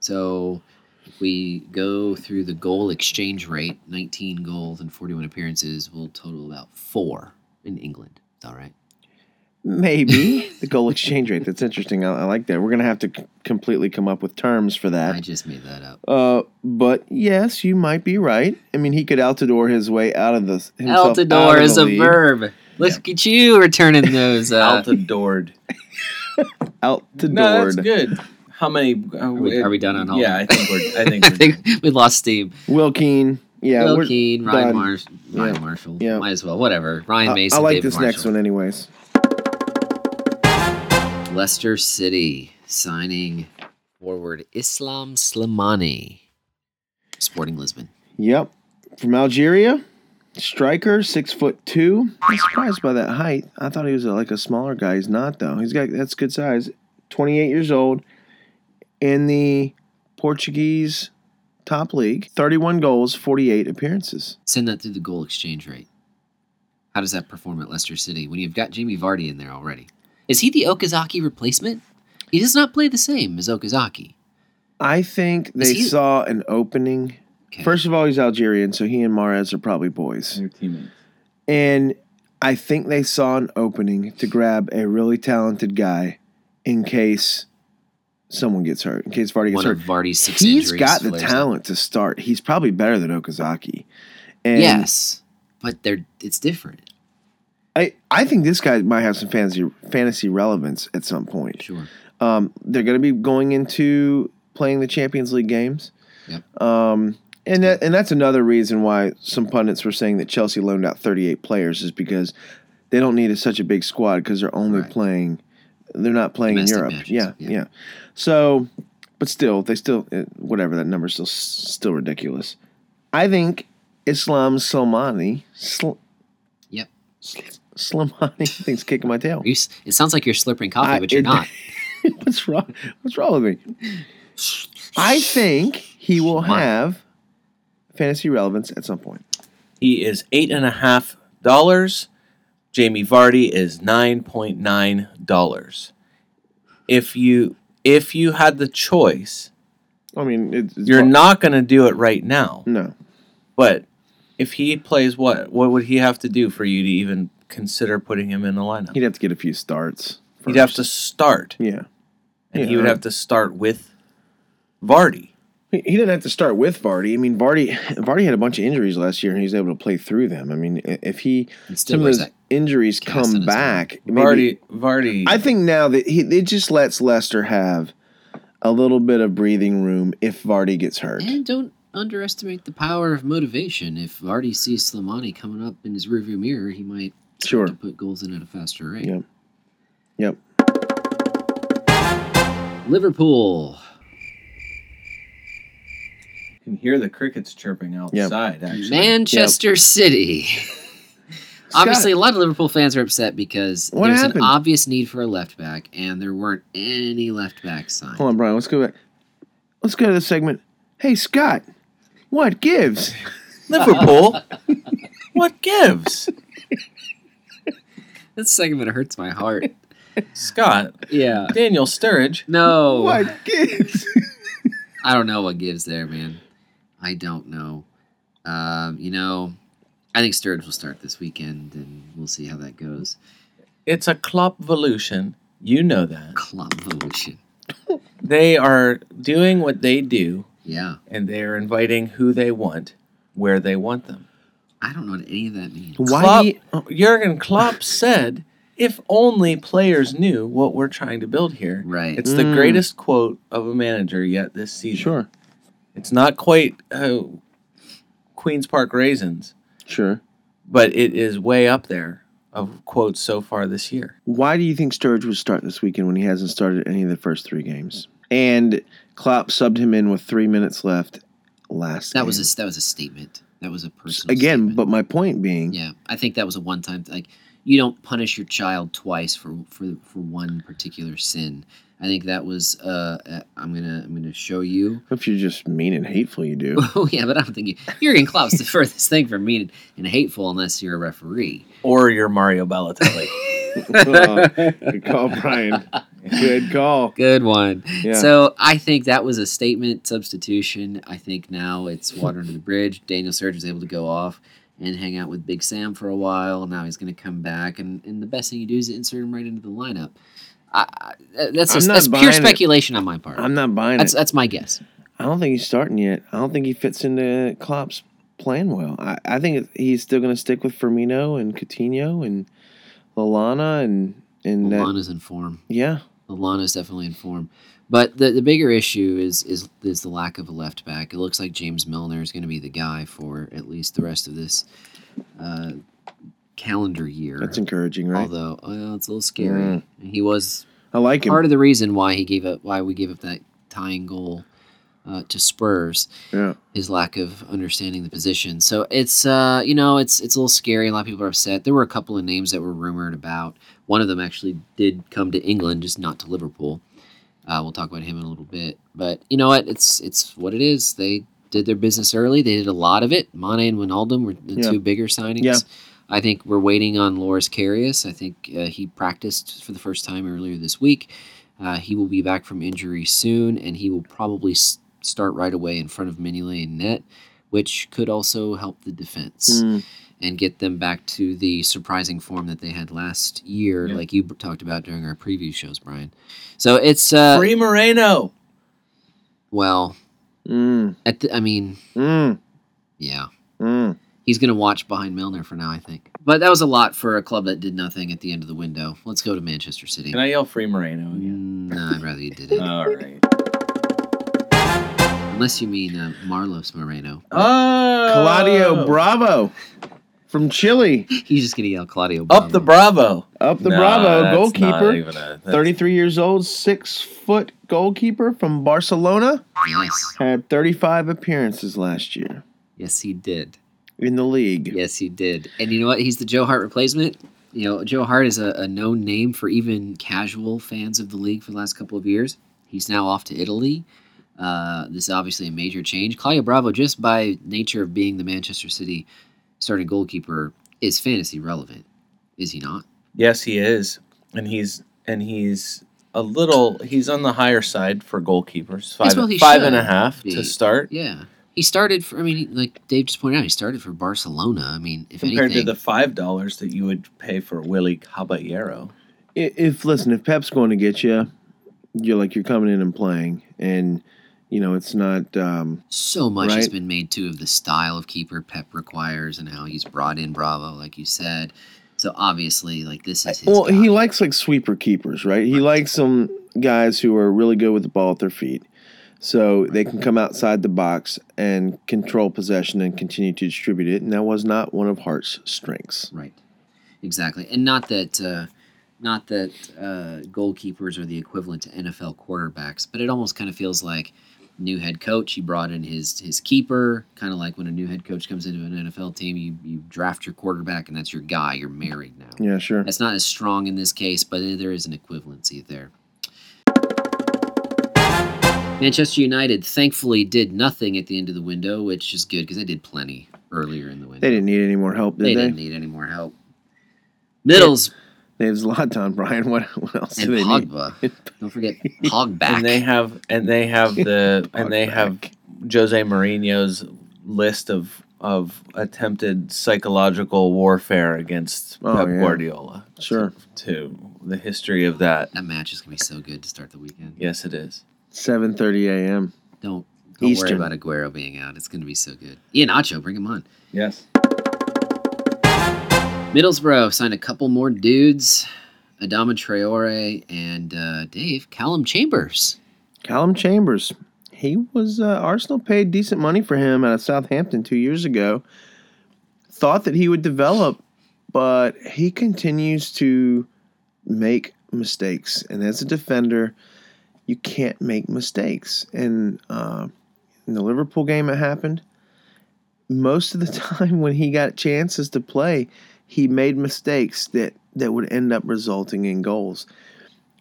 Speaker 4: So if we go through the goal exchange rate 19 goals and 41 appearances will total about four in England. Is that right?
Speaker 3: Maybe the goal exchange rate. That's interesting. I, I like that. We're gonna have to c- completely come up with terms for that.
Speaker 4: I just made that up.
Speaker 3: Uh, but yes, you might be right. I mean, he could Altador his way out of this. himself out
Speaker 4: Altador
Speaker 3: of
Speaker 4: is
Speaker 3: the
Speaker 4: a
Speaker 3: lead.
Speaker 4: verb. Look at you returning those. Uh,
Speaker 2: Altadored.
Speaker 3: Altador.
Speaker 2: No, that's good. How many? Are
Speaker 4: we- are we done on Hull?
Speaker 2: Yeah, I think we're. I think
Speaker 4: I
Speaker 2: we're done.
Speaker 4: think we lost steam.
Speaker 3: Wilkeen. Yeah.
Speaker 4: Will
Speaker 3: we're-
Speaker 4: Keane, Ryan,
Speaker 3: done.
Speaker 4: Marsh, Ryan
Speaker 3: Yeah.
Speaker 4: Marshall.
Speaker 3: Yeah.
Speaker 4: Might as well. Whatever.
Speaker 3: I-
Speaker 4: Ryan Mason.
Speaker 3: I like
Speaker 4: David
Speaker 3: this next
Speaker 4: Marshall.
Speaker 3: one, anyways.
Speaker 4: Leicester City signing forward Islam Slimani. Sporting Lisbon.
Speaker 3: Yep. From Algeria, striker, six foot two. I'm surprised by that height. I thought he was uh, like a smaller guy. He's not though. He's got that's good size. Twenty eight years old. in the Portuguese top league. 31 goals, 48 appearances.
Speaker 4: Send that through the goal exchange rate. How does that perform at Leicester City when you've got Jamie Vardy in there already? Is he the Okazaki replacement? He does not play the same as Okazaki.
Speaker 3: I think they
Speaker 4: he-
Speaker 3: saw an opening.
Speaker 4: Okay.
Speaker 3: First of all, he's Algerian, so he and Mares are probably boys.
Speaker 2: Your teammates.
Speaker 3: And I think they saw an opening to grab a really talented guy in case someone gets hurt, in case Vardy gets
Speaker 4: one
Speaker 3: hurt.
Speaker 4: of Vardy's six
Speaker 3: He's
Speaker 4: injuries
Speaker 3: got the
Speaker 4: flares up.
Speaker 3: talent to start. He's probably better than Okazaki. And
Speaker 4: yes, but they're it's different.
Speaker 3: I, I think this guy might have some fantasy fantasy relevance at some point.
Speaker 4: Sure.
Speaker 3: Um, they're going to be going into playing the Champions League games.
Speaker 4: Yep.
Speaker 3: Um, and that, and that's another reason why some pundits were saying that Chelsea loaned out 38 players is because they don't need a, such a big squad because they're only
Speaker 4: Right.
Speaker 3: playing they're not playing
Speaker 4: Domestic
Speaker 3: in Europe.
Speaker 4: matches,
Speaker 3: Yeah, yeah,
Speaker 4: yeah.
Speaker 3: So, but still, they still eh, whatever that number's still still ridiculous. I think Islam Slomani, sl-
Speaker 4: Yep.
Speaker 3: sl- Slomani, things kicking my tail.
Speaker 4: Are you, s- it sounds like you're slurping coffee,
Speaker 3: I-
Speaker 4: but you're
Speaker 3: it-
Speaker 4: not.
Speaker 3: What's wrong? What's wrong with me? I think he will have fantasy relevance at some point.
Speaker 2: He is eight and a half dollars. Jamie Vardy is nine point nine dollars. If you if you had the choice,
Speaker 3: I mean, it's, it's
Speaker 2: you're
Speaker 3: prob-
Speaker 2: not gonna do it right now.
Speaker 3: No,
Speaker 2: But if he plays what what would he have to do for you to even consider putting him in the lineup?
Speaker 3: he'd have to get a few starts.
Speaker 2: He'd have
Speaker 3: first.
Speaker 2: to start,
Speaker 3: Yeah, Yeah,
Speaker 2: and he would
Speaker 3: right.
Speaker 2: have to start with Vardy.
Speaker 3: he he didn't have to start with Vardy. I mean, Vardy Vardy had a bunch of injuries last year, and he was able to play through them. I mean, i- if he
Speaker 4: It still
Speaker 3: some of
Speaker 4: wears
Speaker 3: those
Speaker 4: that.
Speaker 3: injuries
Speaker 4: cast on his
Speaker 3: come
Speaker 4: arm.
Speaker 3: back, maybe-
Speaker 2: Vardy, Vardy.
Speaker 3: I think now that he it just lets Lester have a little bit of breathing room if Vardy gets hurt.
Speaker 4: And don't underestimate the power of motivation. If Vardy sees Slimani coming up in his rearview mirror, he might
Speaker 3: Sure.
Speaker 4: start to put goals in at a faster rate.
Speaker 3: Yep. Yep.
Speaker 4: Liverpool.
Speaker 2: You can hear the crickets chirping outside. Actually,
Speaker 4: Manchester City. Obviously, a lot of Liverpool fans are upset because
Speaker 3: What
Speaker 4: there's
Speaker 3: happened?
Speaker 4: an obvious need for a left back, and there weren't any left backs signed.
Speaker 3: Hold on, Brian. Let's go back. Let's go to the segment. Hey, Scott, what gives?
Speaker 2: Liverpool. what gives?
Speaker 4: This segment hurts my heart.
Speaker 2: Scott,
Speaker 4: yeah.
Speaker 2: Daniel Sturridge.
Speaker 4: No.
Speaker 3: What gives?
Speaker 4: I don't know what gives there, man. I don't know. Um, you know, I think Sturridge will start this weekend, and we'll see how that goes.
Speaker 2: It's a Klopp volution. You know that.
Speaker 4: Club evolution.
Speaker 2: They are doing what they do,
Speaker 4: Yeah.
Speaker 2: and they are inviting who they want, where they want them.
Speaker 4: I don't know what any of that means.
Speaker 3: Why?
Speaker 2: Klopp,
Speaker 3: do you-
Speaker 2: Jurgen Klopp said, if only players knew what we're trying to build here.
Speaker 4: Right.
Speaker 2: It's the
Speaker 3: Mm.
Speaker 2: greatest quote of a manager yet this season.
Speaker 3: sure,
Speaker 2: It's not quite uh, Queen's Park Raisins,
Speaker 3: sure.
Speaker 2: but it is way up there of quotes so far this year.
Speaker 3: Why do you think Sturridge would start this weekend when he hasn't started any of the first three games? And Klopp subbed him in with three minutes left last.
Speaker 4: that was
Speaker 3: game.
Speaker 4: a that was a statement. That was a personal
Speaker 3: again.
Speaker 4: statement.
Speaker 3: But my point being,
Speaker 4: yeah, I think that was a one time like you don't punish your child twice for for for one particular sin. I think that was uh, uh I'm gonna I'm gonna show you
Speaker 3: if you're just mean and hateful, you do.
Speaker 4: Oh yeah, but I don't think you, Jurgen Klopp's the furthest thing from mean and hateful unless you're a referee.
Speaker 2: Or your Mario Balotelli.
Speaker 3: Good call, Brian. Good call.
Speaker 4: Good one.
Speaker 3: Yeah.
Speaker 4: So I think that was a statement substitution. I think now it's water under the bridge. Daniel Surge was able to go off and hang out with Big Sam for a while. Now he's going to come back, and, and the best thing you do is insert him right into the lineup. I, I, that's
Speaker 3: I'm
Speaker 4: just-
Speaker 3: not
Speaker 4: that's pure
Speaker 3: buying it.
Speaker 4: speculation on my part.
Speaker 3: I'm not buying
Speaker 4: that's
Speaker 3: it.
Speaker 4: that's my guess.
Speaker 3: I don't think he's starting yet. I don't think he fits into Klopp's plan well. I, I think it- he's still going to stick with Firmino and Coutinho and Lalana and and that-
Speaker 4: Lana's in form.
Speaker 3: yeah.
Speaker 4: Alana's definitely in form. But the, the bigger issue is is is the lack of a left back. It looks like James Milner is going to be the guy for at least the rest of this uh, calendar year.
Speaker 3: That's encouraging, right?
Speaker 4: Although well, it's a little scary.
Speaker 3: Mm.
Speaker 4: He was
Speaker 3: I like him.
Speaker 4: part of the reason why he gave up why we gave up that tying goal uh, to Spurs
Speaker 3: yeah.
Speaker 4: his lack of understanding the position. So it's uh, you know, it's it's a little scary. A lot of people are upset. There were a couple of names that were rumored about. One of them actually did come to England, just not to Liverpool. Uh, we'll talk about him in a little bit, but you know what? It's it's what it is. They did their business early. They did a lot of it. Mane and Wijnaldum were the
Speaker 3: Yeah.
Speaker 4: two bigger signings.
Speaker 3: Yeah.
Speaker 4: I think we're waiting on Loris Karius. I think uh, he practiced for the first time earlier this week. Uh, he will be back from injury soon, and he will probably s- start right away in front of Mignolet and net, which could also help the defense
Speaker 3: Mm,
Speaker 4: and get them back to the surprising form that they had last year,
Speaker 2: Yeah.
Speaker 4: like you b- talked about during our preview shows, Brian. So it's uh,
Speaker 2: Free Moreno.
Speaker 4: well,
Speaker 3: mm,
Speaker 4: at the, I mean,
Speaker 3: mm,
Speaker 4: yeah,
Speaker 3: mm.
Speaker 4: he's going to watch behind Milner for now, I think. But that was a lot for a club that did nothing at the end of the window. Let's go to Manchester City.
Speaker 2: Can I Oh, Um, yell Free Moreno again?
Speaker 4: Mm, no, I'd rather you didn't.
Speaker 2: All right.
Speaker 4: Unless you mean uh, Marlos Moreno.
Speaker 2: Oh,
Speaker 3: Claudio Bravo from Chile.
Speaker 4: He's just going to yell Claudio.
Speaker 2: Up the Bravo.
Speaker 4: Bravo.
Speaker 3: Up the
Speaker 2: Nah,
Speaker 3: Bravo,
Speaker 2: that's not
Speaker 3: goalkeeper.
Speaker 2: even a- that's-
Speaker 3: 33 years old, six foot goalkeeper from Barcelona.
Speaker 4: Yes.
Speaker 3: Had 35 appearances last year
Speaker 4: Yes, he did.
Speaker 3: in the league.
Speaker 4: Yes, he did. And you know what? He's the Joe Hart replacement. You know, Joe Hart is a, a known name for even casual fans of the league for the last couple of years. He's now off to Italy. Uh, this is obviously a major change. Claudio Bravo, just by nature of being the Manchester City starting goalkeeper, is fantasy relevant, is he not?
Speaker 2: Yes, he is, and he's and he's a little. He's on the higher side for goalkeepers. Five,
Speaker 4: Yes, well, he
Speaker 2: five and a
Speaker 4: should
Speaker 2: half
Speaker 4: be.
Speaker 2: to start,
Speaker 4: Yeah. He started for, I mean, he- like Dave just pointed out, he started for Barcelona. I mean, if
Speaker 2: compared
Speaker 4: anything,
Speaker 2: to the five dollars that you would pay for Willie Caballero.
Speaker 3: I- If, listen, if Pep's going to get you, you're like, you're coming in and playing. And, you know, it's not. Um,
Speaker 4: so much has
Speaker 3: Right.
Speaker 4: been made too of the style of keeper Pep requires and how he's brought in Bravo, like you said. So obviously, like this is his.
Speaker 3: Well,
Speaker 4: guy.
Speaker 3: he likes like sweeper keepers, right? He likes some guys who are really good with the ball at their feet, so they can come outside the box and control possession and continue to distribute it. And that was not one of Hart's strengths.
Speaker 4: right, exactly, and not that, uh, not that uh, goalkeepers are the equivalent to NFL quarterbacks, but it almost kind of feels like new head coach. He brought in his his keeper, kind of like when a new head coach comes into an NFL team, you you draft your quarterback, and that's your guy. You're married now.
Speaker 3: Yeah, sure.
Speaker 4: That's not as strong in this case, but there is an equivalency there. Manchester United thankfully did nothing at the end of the window, which is good because they did plenty earlier in the window.
Speaker 3: They didn't need any more help,
Speaker 4: They
Speaker 3: did they?
Speaker 4: didn't need any more help. Middles
Speaker 3: They have Zlatan, Brian. What, what else
Speaker 4: and
Speaker 3: do they need?
Speaker 4: Pogba. Don't forget Pogback.
Speaker 2: And they have and they have the and they have Jose Mourinho's list of of attempted psychological warfare against
Speaker 3: Oh,
Speaker 2: Pep
Speaker 3: yeah.
Speaker 2: Guardiola.
Speaker 3: Sure.
Speaker 2: To the history of that.
Speaker 4: that match is gonna be so good to start the weekend.
Speaker 2: Yes, it is.
Speaker 3: Seven thirty a.m.
Speaker 4: Don't don't
Speaker 3: Eastern.
Speaker 4: worry about Aguero being out. It's gonna be so good. Ian Acho, bring him on.
Speaker 2: Yes.
Speaker 4: Middlesbrough signed a couple more dudes, Adama Traore and uh, Dave Callum Chambers.
Speaker 3: Callum Chambers. He was uh, Arsenal paid decent money for him out of Southampton two years ago. Thought that he would develop, but he continues to make mistakes. And as a defender, you can't make mistakes. And uh, in the Liverpool game, it happened. Most of the time, when he got chances to play, he made mistakes that that would end up resulting in goals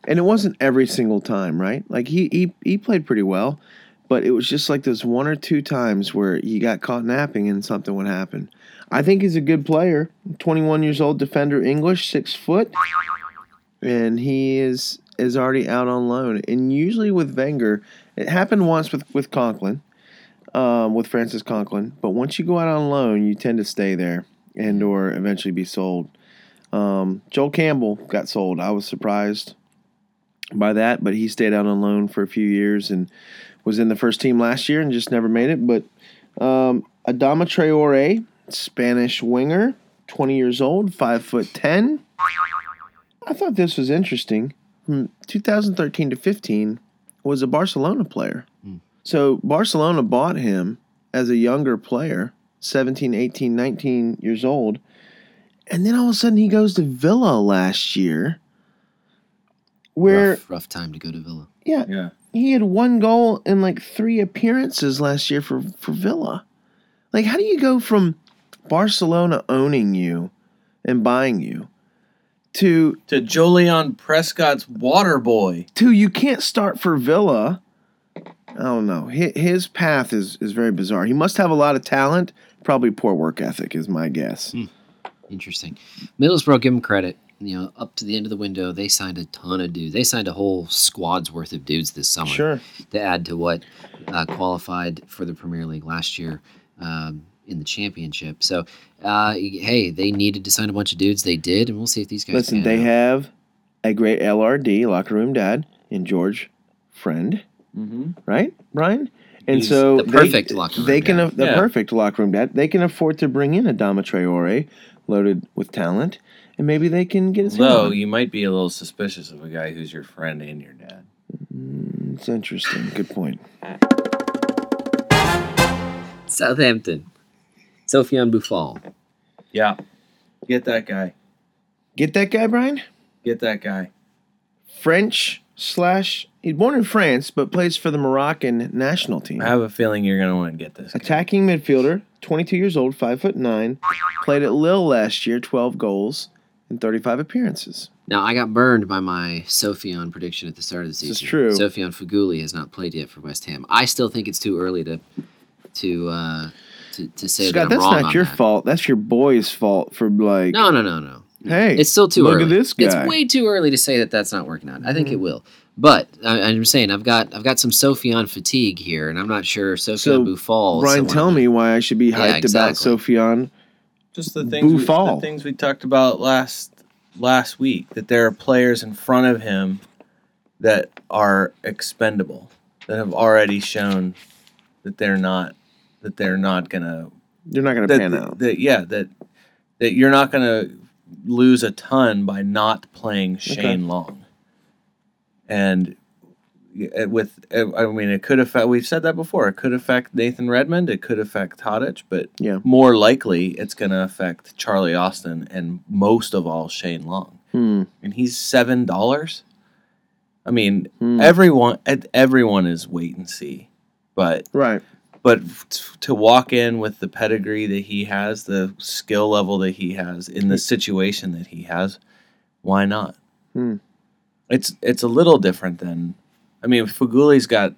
Speaker 3: and it wasn't every single time, right? Like he he he played pretty well, but it was just like those one or two times where he got caught napping and something would happen. I think he's a good player. Twenty one years old defender, English, six foot, and he is is already out on loan. And usually with Wenger, it happened once with with Conklin, um, with Francis Conklin. But once you go out on loan, you tend to stay there and or eventually be sold. Um, Joel Campbell got sold. I was surprised by that, but he stayed out on loan for a few years and was in the first team last year and just never made it. But um, Adama Traore, Spanish winger, 20 years old, 5 foot 10. I thought this was interesting. Hmm, From 2013 to 15 was a Barcelona player.
Speaker 4: Hmm.
Speaker 3: So Barcelona bought him as a younger player, 17, 18, 19 years old. And then all of a sudden he goes to Villa last year where
Speaker 4: rough, rough time to go to Villa.
Speaker 3: yeah,
Speaker 2: Yeah.
Speaker 3: he had one goal in like three appearances last year for for Villa. Like, how do you go from Barcelona owning you and buying you to
Speaker 2: to Jolion Prescott's water boy.
Speaker 3: to you can't start for Villa. I don't know. His, his path is is very bizarre. He must have a lot of talent. Probably poor work ethic is my guess.
Speaker 4: Interesting. Middlesbrough, give them credit. You know, up to the end of the window, they signed a ton of dudes. They signed a whole squad's worth of dudes this summer
Speaker 3: Sure.
Speaker 4: to add to what uh, qualified for the Premier League last year um, in the championship. So, uh, y- hey, they needed to sign a bunch of dudes. They did, and we'll see if these guys. uh,
Speaker 3: Listen,
Speaker 4: pan
Speaker 3: they
Speaker 4: out.
Speaker 3: have a great LRD locker room dad in George Friend,
Speaker 2: Mm-hmm.
Speaker 3: right, Brian? And
Speaker 2: He's
Speaker 3: so
Speaker 4: the
Speaker 3: they-
Speaker 4: perfect locker room
Speaker 3: They can
Speaker 4: dad.
Speaker 3: af- the
Speaker 2: Yeah.
Speaker 3: perfect locker room dad. They can afford to bring in a Dama Traore loaded with talent, and maybe they can get his.
Speaker 2: Though
Speaker 3: hand on it.
Speaker 2: you might be a little suspicious of a guy who's your friend and your dad.
Speaker 3: Mm, it's interesting. Good point.
Speaker 4: Southampton, Sofiane Buffal.
Speaker 2: Yeah, get that guy.
Speaker 3: Get that guy, Brian.
Speaker 2: Get that guy.
Speaker 3: French slash. He's born in France, but plays for the Moroccan national team.
Speaker 2: I have a feeling you're gonna want to get this. guy.
Speaker 3: Attacking midfielder, 22 years old, five foot nine. Played at Lille last year, 12 goals and 35 appearances.
Speaker 4: Now I got burned by my Sophion prediction at the start of the season.
Speaker 3: is true.
Speaker 4: Sophion Fuguli has not played yet for West Ham. I still think it's too early to to uh, to, to say that
Speaker 3: Scott,
Speaker 4: I'm
Speaker 3: that's
Speaker 4: wrong
Speaker 3: not
Speaker 4: on
Speaker 3: your
Speaker 4: that.
Speaker 3: fault. That's your boy's fault for like.
Speaker 4: No, no, no, no.
Speaker 3: Hey,
Speaker 4: It's still too
Speaker 3: look
Speaker 4: early.
Speaker 3: at this guy. Mm-hmm.
Speaker 4: It's way too early to say that that's not working out. I think it will. But I, I'm saying I've got I've got some Sophion fatigue here, and I'm not sure Sophion
Speaker 3: So,
Speaker 4: Buffal. is
Speaker 3: Brian,
Speaker 4: someone
Speaker 3: tell
Speaker 4: I'm-
Speaker 3: me why I should be
Speaker 4: Yeah,
Speaker 3: hyped about
Speaker 4: exactly.
Speaker 3: Sophion.
Speaker 2: just the things we, the
Speaker 3: Buffal.
Speaker 2: things we talked about last last week that there are players in front of him that are expendable that have already shown that they're not that they're not gonna
Speaker 3: You're not going to
Speaker 2: that,
Speaker 3: pan
Speaker 2: that-
Speaker 3: out.
Speaker 2: that- yeah that that you're not gonna lose a ton by not playing Shane
Speaker 3: Okay.
Speaker 2: Long and it- with uh, I mean it could affect we've said that before it could affect Nathan Redmond it could affect Tadic but
Speaker 3: Yeah.
Speaker 2: more likely it's going to affect Charlie Austin and most of all Shane Long.
Speaker 3: Hmm.
Speaker 2: And he's seven dollars. I mean,
Speaker 3: Hmm.
Speaker 2: everyone ed- everyone is wait and see, but
Speaker 3: Right.
Speaker 2: but f- to walk in with the pedigree that he has, the skill level that he has, in the situation that he has, why not?
Speaker 3: Hmm.
Speaker 2: It's it's a little different than, I mean, Faguli's got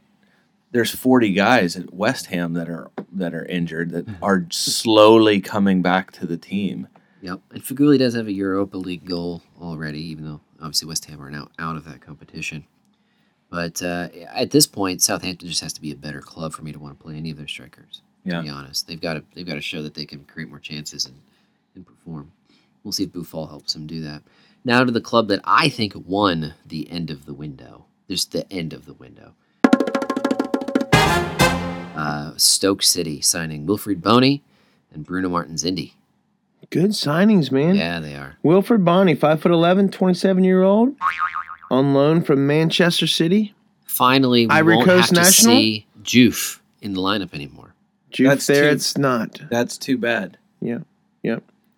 Speaker 2: there's 40 guys at West Ham that are that are injured that
Speaker 3: Hmm.
Speaker 2: are slowly coming back to the team.
Speaker 4: Yep, and Fuguli does have a Europa League goal already, even though obviously West Ham are now out of that competition. But uh, at this point, Southampton just has to be a better club for me to want to play any of their strikers.
Speaker 2: Yeah.
Speaker 4: To be honest, they've got to they've got to show that they can create more chances and and perform. We'll see if Buffal helps them do that. Now to the club that I think won the end of the window. There's the end of the window. Uh, Stoke City signing Wilfried Boney and Bruno Martins Indy.
Speaker 3: Good signings, man.
Speaker 4: Yeah, they are.
Speaker 3: Wilfred Bonny, 5'11, 27 year old, on loan from Manchester City.
Speaker 4: finally we
Speaker 3: Ivory
Speaker 4: won't
Speaker 3: Coast
Speaker 4: have
Speaker 3: national?
Speaker 4: to see Joof in the lineup anymore.
Speaker 3: Juve
Speaker 2: That's
Speaker 3: there,
Speaker 2: two.
Speaker 3: it's not.
Speaker 2: That's too bad.
Speaker 3: Yep.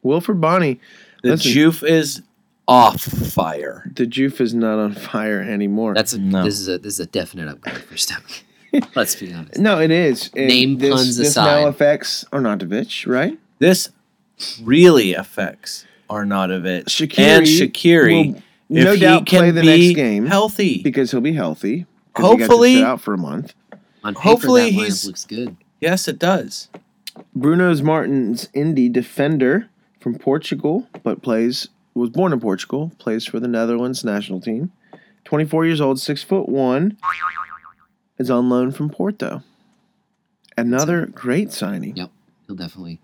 Speaker 3: Wilfred Bonny,
Speaker 2: The
Speaker 3: Listen.
Speaker 2: Juve is off fire.
Speaker 3: the Juve is not on fire anymore.
Speaker 4: That's a,
Speaker 2: No.
Speaker 4: this is a this is a definite upgrade for Stoke. Let's be honest.
Speaker 3: no, it is. And
Speaker 4: Name
Speaker 3: this,
Speaker 4: puns
Speaker 3: this
Speaker 4: aside.
Speaker 3: now affects Arnautovic, right?
Speaker 2: This really affects Arnautovic
Speaker 3: Shakiri
Speaker 2: and Shakiri.
Speaker 3: will no doubt play the next game
Speaker 2: healthy.
Speaker 3: because he'll be healthy. 'cause he got to sit
Speaker 2: Hopefully-
Speaker 3: out for a month.
Speaker 4: On paper,
Speaker 2: Hopefully
Speaker 4: that lineup
Speaker 2: he's-
Speaker 4: looks good.
Speaker 2: yes, it does.
Speaker 3: Bruno's Martins Indy defender from Portugal, but plays was born in Portugal, plays for the Netherlands national team. 24 years old, 6 foot 1, is on loan from Porto. Another great signing.
Speaker 4: Yeah. He'll definitely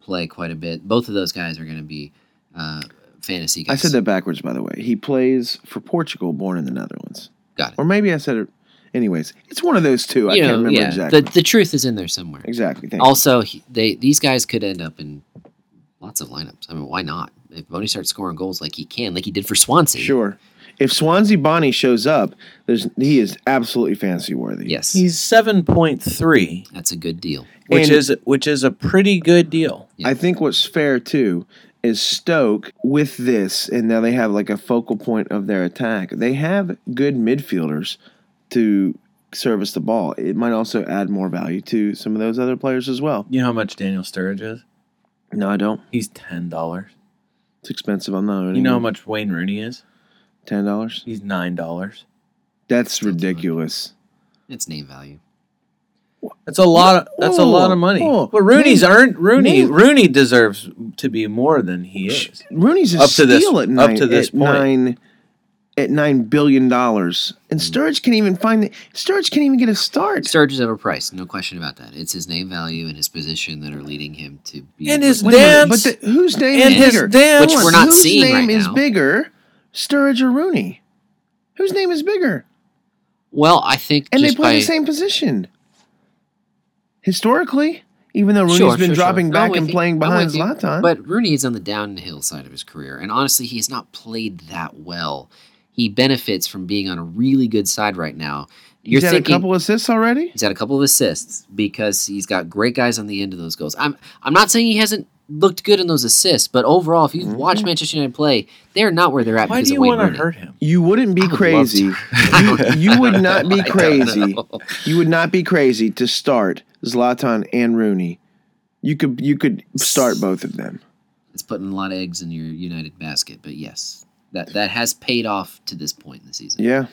Speaker 4: play quite a bit. Both of those guys are going to be uh, fantasy guys.
Speaker 3: I said that backwards by the way. He plays for Portugal, born in the Netherlands.
Speaker 4: Got it.
Speaker 3: Or maybe I said it anyways. It's one of those two. I
Speaker 4: You
Speaker 3: can't
Speaker 4: know,
Speaker 3: remember
Speaker 4: yeah.
Speaker 3: exactly.
Speaker 4: The the truth is in there somewhere.
Speaker 3: exactly. Thank you.
Speaker 4: Also, he, they these guys could end up in lots of lineups. I mean, why not? If Boney starts scoring goals like he can, like he did for Swansea.
Speaker 3: Sure. If Swansea Bonnie shows up, there's he is absolutely fancy worthy.
Speaker 4: Yes.
Speaker 2: He's seven point three,
Speaker 4: that's a good deal.
Speaker 2: which
Speaker 3: And-
Speaker 2: is which is a pretty good deal.
Speaker 4: Yeah.
Speaker 3: I think what's fair too is Stoke with this, and now they have like a focal point of their attack. They have good midfielders to service the ball. It might also add more value to some of those other players as well.
Speaker 2: You know how much Daniel Sturridge is?
Speaker 3: No, I don't.
Speaker 2: He's ten dollars.
Speaker 3: It's expensive. I'm not.
Speaker 2: You know how much Wayne Rooney is?
Speaker 3: Ten dollars.
Speaker 2: He's nine dollars.
Speaker 3: That's
Speaker 4: That's not-
Speaker 3: ridiculous.
Speaker 4: It's name value.
Speaker 2: That's a lot. Of, that's a lot of
Speaker 3: Oh,
Speaker 2: money.
Speaker 3: oh,
Speaker 2: but Rooney's
Speaker 3: Nate-
Speaker 2: earned Rooney.
Speaker 3: Nate-
Speaker 2: Rooney deserves to be more than he is.
Speaker 3: Rooney's a
Speaker 2: Up to this-
Speaker 3: steal at
Speaker 2: up
Speaker 3: nine.
Speaker 2: to this
Speaker 3: at
Speaker 2: point. Mm.
Speaker 3: nine at nine billion dollars, and Sturridge can't even find it. Sturridge can't even get a start.
Speaker 4: Sturge is overpriced, no question about that. It's his name value and his position that are leading him to be.
Speaker 2: And his
Speaker 4: worth-
Speaker 3: a
Speaker 2: damn-
Speaker 3: minute, but the, whose name
Speaker 2: and
Speaker 3: is
Speaker 2: his
Speaker 3: bigger?
Speaker 2: damn-
Speaker 3: Hold
Speaker 2: Which
Speaker 3: on,
Speaker 2: we're
Speaker 4: not
Speaker 3: whose
Speaker 4: seeing
Speaker 3: name
Speaker 4: right
Speaker 3: is
Speaker 4: now.
Speaker 3: bigger, Sturridge or Rooney? Whose name is bigger?
Speaker 4: Well, I think
Speaker 3: And
Speaker 4: just
Speaker 3: they play
Speaker 4: by,
Speaker 3: the same position. Historically, even though Rooney's
Speaker 4: Sure,
Speaker 3: been
Speaker 4: sure,
Speaker 3: dropping
Speaker 4: sure. I'm
Speaker 3: back
Speaker 4: with
Speaker 3: and
Speaker 4: you.
Speaker 3: playing
Speaker 4: I'm
Speaker 3: behind
Speaker 4: with you.
Speaker 3: Zlatan,
Speaker 4: But Rooney is on the downhill side of his career, and honestly, he's not played that well. He benefits from being on a really good side right now. You're
Speaker 3: he's had
Speaker 4: thinking
Speaker 3: a couple assists already.
Speaker 4: he's had a couple of assists because he's got great guys on the end of those goals. I'm I'm not saying he hasn't looked good in those assists, but overall, if you've watched
Speaker 3: Mm-hmm.
Speaker 4: Manchester United play, they're not where they're at
Speaker 2: Why
Speaker 4: because
Speaker 2: do you
Speaker 4: of Wayne
Speaker 2: want
Speaker 4: Rooney.
Speaker 2: to hurt him?
Speaker 3: You wouldn't be
Speaker 4: I would love
Speaker 3: crazy. you, you would not be
Speaker 4: I don't
Speaker 3: crazy.
Speaker 4: know.
Speaker 3: You would not be crazy to start Zlatan and Rooney. You could you could start both of them.
Speaker 4: It's putting a lot of eggs in your United basket, but yes, that that has paid off to this point in the season.
Speaker 3: Yeah.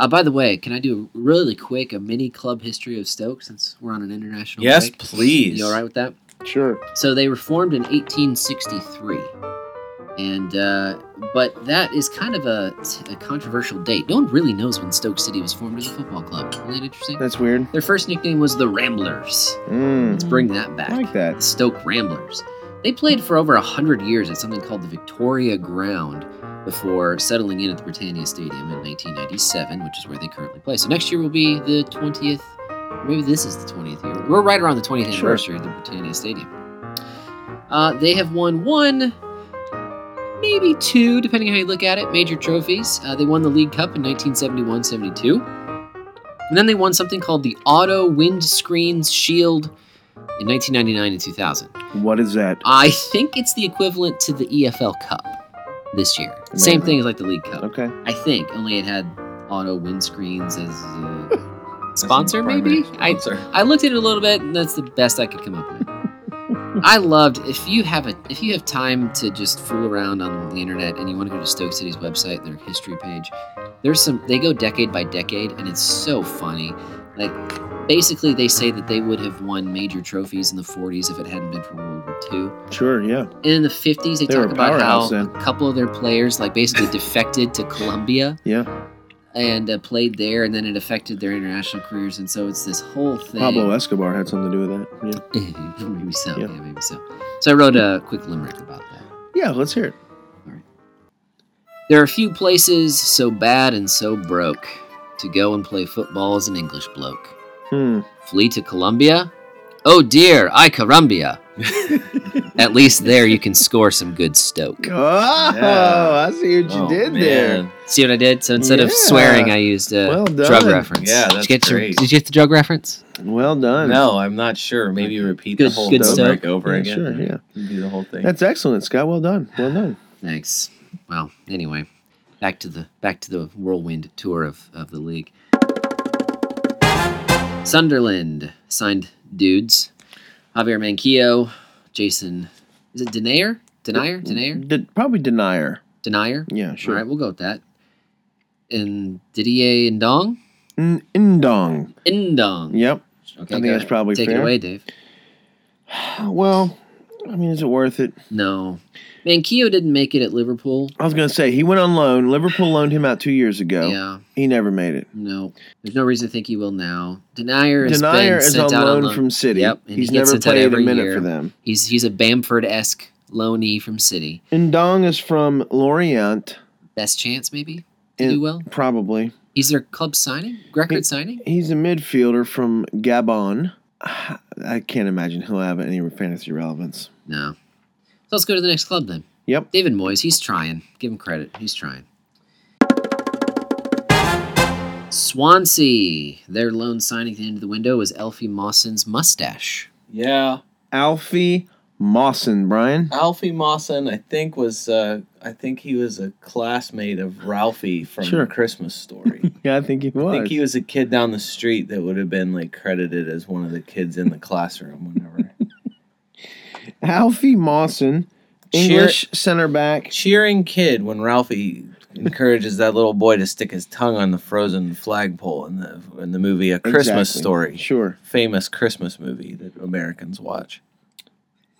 Speaker 4: Uh, by the way, can I do a really quick a mini club history of Stoke since we're on an international?
Speaker 2: Yes,
Speaker 4: break?
Speaker 2: please.
Speaker 4: You all right with that?
Speaker 3: Sure.
Speaker 4: So they were formed in 1863, and uh, but that is kind of a, a controversial date. No one really knows when Stoke City was formed as a football club. Isn't that interesting?
Speaker 3: That's weird.
Speaker 4: Their first nickname was the Ramblers.
Speaker 3: Mm,
Speaker 4: Let's bring that back.
Speaker 3: I like
Speaker 4: the
Speaker 3: that.
Speaker 4: Stoke Ramblers. They played for over 100 years at something called the Victoria Ground before settling in at the Britannia Stadium in 1997, which is where they currently play. So next year will be the 20th, or maybe this is the 20th year. We're right around the 20th
Speaker 3: Sure.
Speaker 4: anniversary of the Britannia Stadium. Uh, they have won one, maybe two, depending on how you look at it, major trophies. Uh, they won the League Cup in 1971 72. And then they won something called the Auto Windscreens Shield in 1999 and 2000.
Speaker 3: What is that?
Speaker 4: I think it's the equivalent to the EFL Cup this year. Same
Speaker 3: Amazing.
Speaker 4: thing as like the League Cup.
Speaker 3: Okay.
Speaker 4: I think, only it had auto windscreens as a sponsor, maybe? I, I looked at it a little bit, and that's the best I could come up with. I loved if you have a if you have time to just fool around on the internet and you want to go to Stoke City's website, their history page. There's some they go decade by decade, and it's so funny. Like basically, they say that they would have won major trophies in the 40s if it hadn't been for World War II.
Speaker 3: Sure. Yeah.
Speaker 4: And in the 50s, they,
Speaker 3: They were
Speaker 4: talk
Speaker 3: a
Speaker 4: about how
Speaker 3: powerhouse then.
Speaker 4: a couple of their players like basically defected to Colombia
Speaker 3: Yeah.
Speaker 4: and uh, played there, and then it affected their international careers. And so it's this whole thing.
Speaker 3: Pablo Escobar had something to do with that. Yeah.
Speaker 4: maybe so.
Speaker 3: Yeah.
Speaker 4: Yeah. maybe so. So I wrote a quick limerick about that.
Speaker 3: Yeah. Let's hear it.
Speaker 4: There are few places so bad and so broke to go and play football as an English bloke.
Speaker 3: Hmm.
Speaker 4: Flee to Colombia? Oh dear, I Colombia. At least there you can score some good Stoke.
Speaker 3: Oh,
Speaker 2: Yeah.
Speaker 3: I see what you
Speaker 2: Oh,
Speaker 3: did
Speaker 2: man.
Speaker 3: there.
Speaker 4: See what I did? So instead of
Speaker 3: Yeah.
Speaker 4: swearing, I used a
Speaker 3: Well done.
Speaker 4: drug reference.
Speaker 2: Yeah,
Speaker 4: Did you
Speaker 2: that's
Speaker 4: get your-
Speaker 2: great.
Speaker 4: did you get the drug reference?
Speaker 3: Well done.
Speaker 2: No, I'm not sure. Maybe repeat the
Speaker 4: Good-
Speaker 2: whole
Speaker 4: good
Speaker 2: thing
Speaker 4: stuff.
Speaker 2: back over
Speaker 3: Yeah,
Speaker 2: again.
Speaker 3: sure, yeah.
Speaker 2: Do the whole thing.
Speaker 3: That's excellent, Scott. Well done. Well done.
Speaker 4: Thanks. Well, anyway, back to the back to the whirlwind tour of, of the league. Sunderland signed dudes. Javier Manquillo, Jason is it Denier? Denier? Denier?
Speaker 3: D- probably denier.
Speaker 4: Denier?
Speaker 3: Yeah,
Speaker 4: All
Speaker 3: sure.
Speaker 4: right, we'll go with that. And Didier and Dong?
Speaker 3: N- Indong.
Speaker 4: Indong.
Speaker 3: Yep.
Speaker 4: Okay,
Speaker 3: think
Speaker 4: go
Speaker 3: that's
Speaker 4: ahead.
Speaker 3: probably
Speaker 4: Take
Speaker 3: fair.
Speaker 4: it away, Dave.
Speaker 3: Well, I mean, is it worth it?
Speaker 4: No. Manquillo didn't make it at Liverpool.
Speaker 3: I was going to say he went on loan. Liverpool loaned him out two years ago.
Speaker 4: Yeah.
Speaker 3: He never made it.
Speaker 4: No. There's no reason to think he will now. Denier has
Speaker 3: Denier
Speaker 4: been
Speaker 3: is
Speaker 4: sent
Speaker 3: on
Speaker 4: out
Speaker 3: loan,
Speaker 4: on loan
Speaker 3: from City.
Speaker 4: Yep, and he
Speaker 3: He's never
Speaker 4: gets sent out
Speaker 3: played a
Speaker 4: every
Speaker 3: minute
Speaker 4: year.
Speaker 3: for them.
Speaker 4: He's he's a Bamford esque loanee from City.
Speaker 3: Indong is from Lorient,
Speaker 4: Best chance maybe to
Speaker 3: In-
Speaker 4: do well.
Speaker 3: probably.
Speaker 4: He's their club signing, record
Speaker 3: He-
Speaker 4: signing.
Speaker 3: He's a midfielder from Gabon. I can't imagine he'll have any fantasy relevance.
Speaker 4: No. So let's go to the next club then.
Speaker 3: Yep.
Speaker 4: David Moyes, he's trying. Give him credit. He's trying. Swansea, their loan signing at the end of the window was Elfie Mawson's mustache.
Speaker 2: yeah.
Speaker 3: Alfie Mawson, Brian.
Speaker 2: Alfie Mawson, I think was uh, I think he was a classmate of Ralphie from
Speaker 3: Sure.
Speaker 2: Christmas Story.
Speaker 3: Yeah, I think he was.
Speaker 2: I think he was a kid down the street that would have been like credited as one of the kids in the classroom whenever.
Speaker 3: Alfie Mawson English center back.
Speaker 2: cheering kid when Ralphie encourages that little boy to stick his tongue on the frozen flagpole in the in the movie A Christmas
Speaker 3: Exactly.
Speaker 2: Story,
Speaker 3: Sure.
Speaker 2: famous Christmas movie that Americans watch,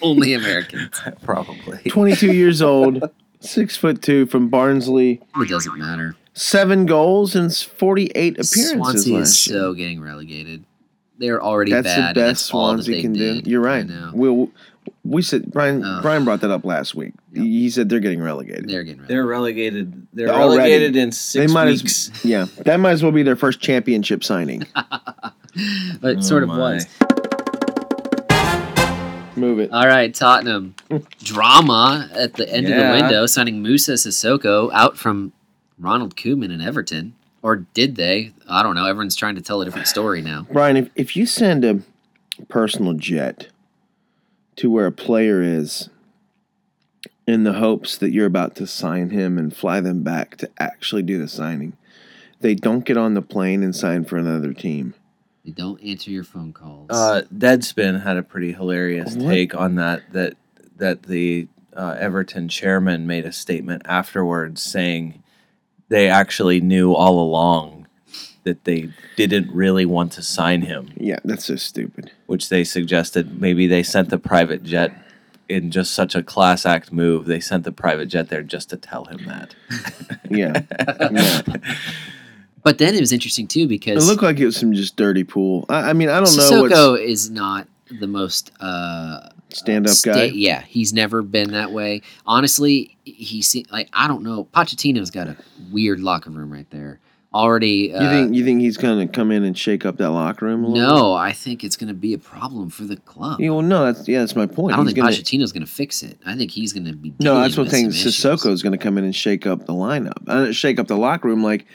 Speaker 4: Only Americans.
Speaker 2: probably.
Speaker 3: 22 years old, six foot two from Barnsley,
Speaker 4: It doesn't matter.
Speaker 3: seven goals and 48 appearances
Speaker 4: Swansea is
Speaker 3: last year.
Speaker 4: so getting relegated. They're already
Speaker 3: That's
Speaker 4: bad. and
Speaker 3: the
Speaker 4: that's
Speaker 3: best
Speaker 4: all that
Speaker 3: Swansea
Speaker 4: they
Speaker 3: can
Speaker 4: did.
Speaker 3: do. You're
Speaker 4: I
Speaker 3: right.
Speaker 4: know.
Speaker 3: We'll, we said Brian.
Speaker 4: Ugh.
Speaker 3: Brian brought that up last week.
Speaker 4: Yeah.
Speaker 3: He said they're getting relegated.
Speaker 4: They're getting relegated.
Speaker 2: They're relegated. They're
Speaker 3: Already.
Speaker 2: relegated in six
Speaker 3: might as-
Speaker 2: weeks.
Speaker 3: yeah, that might as well be their first championship signing.
Speaker 4: But it sort of
Speaker 2: Oh
Speaker 4: was.
Speaker 3: Move it.
Speaker 4: All right, Tottenham. Drama at the end
Speaker 2: Yeah.
Speaker 4: of the window, signing Musa Sissoko out from Ronald Koeman and Everton. Or did they? I don't know. Everyone's trying to tell a different story now.
Speaker 3: Brian, if, if you send a personal jet to where a player is in the hopes that you're about to sign him and fly them back to actually do the signing, they don't get on the plane and sign for another team.
Speaker 4: They don't answer your phone calls.
Speaker 2: Uh, Deadspin had a pretty hilarious
Speaker 3: What?
Speaker 2: take on that. That that the uh, Everton chairman made a statement afterwards saying they actually knew all along that they didn't really want to sign him,
Speaker 3: Yeah, that's so stupid.
Speaker 2: which they suggested maybe they sent the private jet in just such a class act move. They sent the private jet there just to tell him that.
Speaker 3: Yeah. yeah.
Speaker 4: but then it was interesting, too,
Speaker 3: It
Speaker 4: because
Speaker 3: looked like it was some just dirty pool. I, I mean, I don't know
Speaker 4: Sissoko
Speaker 3: what
Speaker 4: is not the most. Uh,
Speaker 3: stand up
Speaker 4: sta-
Speaker 3: guy.
Speaker 4: Yeah, he's never been that way. Honestly, he se- like I don't know. Pochettino's got a weird locker room right there already. Uh,
Speaker 3: You think you think he's gonna come in and shake up that locker room a little?
Speaker 4: no, I think it's going to be a problem for the club.
Speaker 3: Yeah, well, no, that's yeah, that's my point.
Speaker 4: I don't
Speaker 3: He's
Speaker 4: think
Speaker 3: gonna-
Speaker 4: Pochettino's going to fix it. I think he's going to be.
Speaker 3: No,
Speaker 4: dealing
Speaker 3: that's what
Speaker 4: with
Speaker 3: I'm saying.
Speaker 4: some issues.
Speaker 3: Sissoko's going to come in and shake up the lineup, uh, shake up the locker room. Like,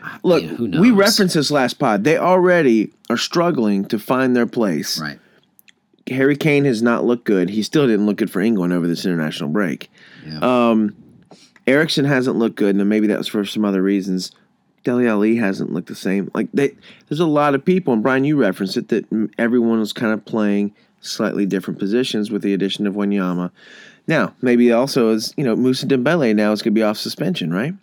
Speaker 4: Ah,
Speaker 3: look,
Speaker 4: yeah, who knows?
Speaker 3: we referenced this last pod. They already are struggling to find their place.
Speaker 4: right.
Speaker 3: Harry Kane has not looked good. He still didn't look good for England over this international break.
Speaker 4: Yeah.
Speaker 3: Um, Erickson hasn't looked good, and maybe that was for some other reasons. Deli Ali hasn't looked the same. Like they, there's a lot of people, and Brian, you referenced it that mm, everyone was kind of playing slightly different positions with the addition of Wanyama. Now, maybe also is you know Musa Dembele now is going to be off suspension, right?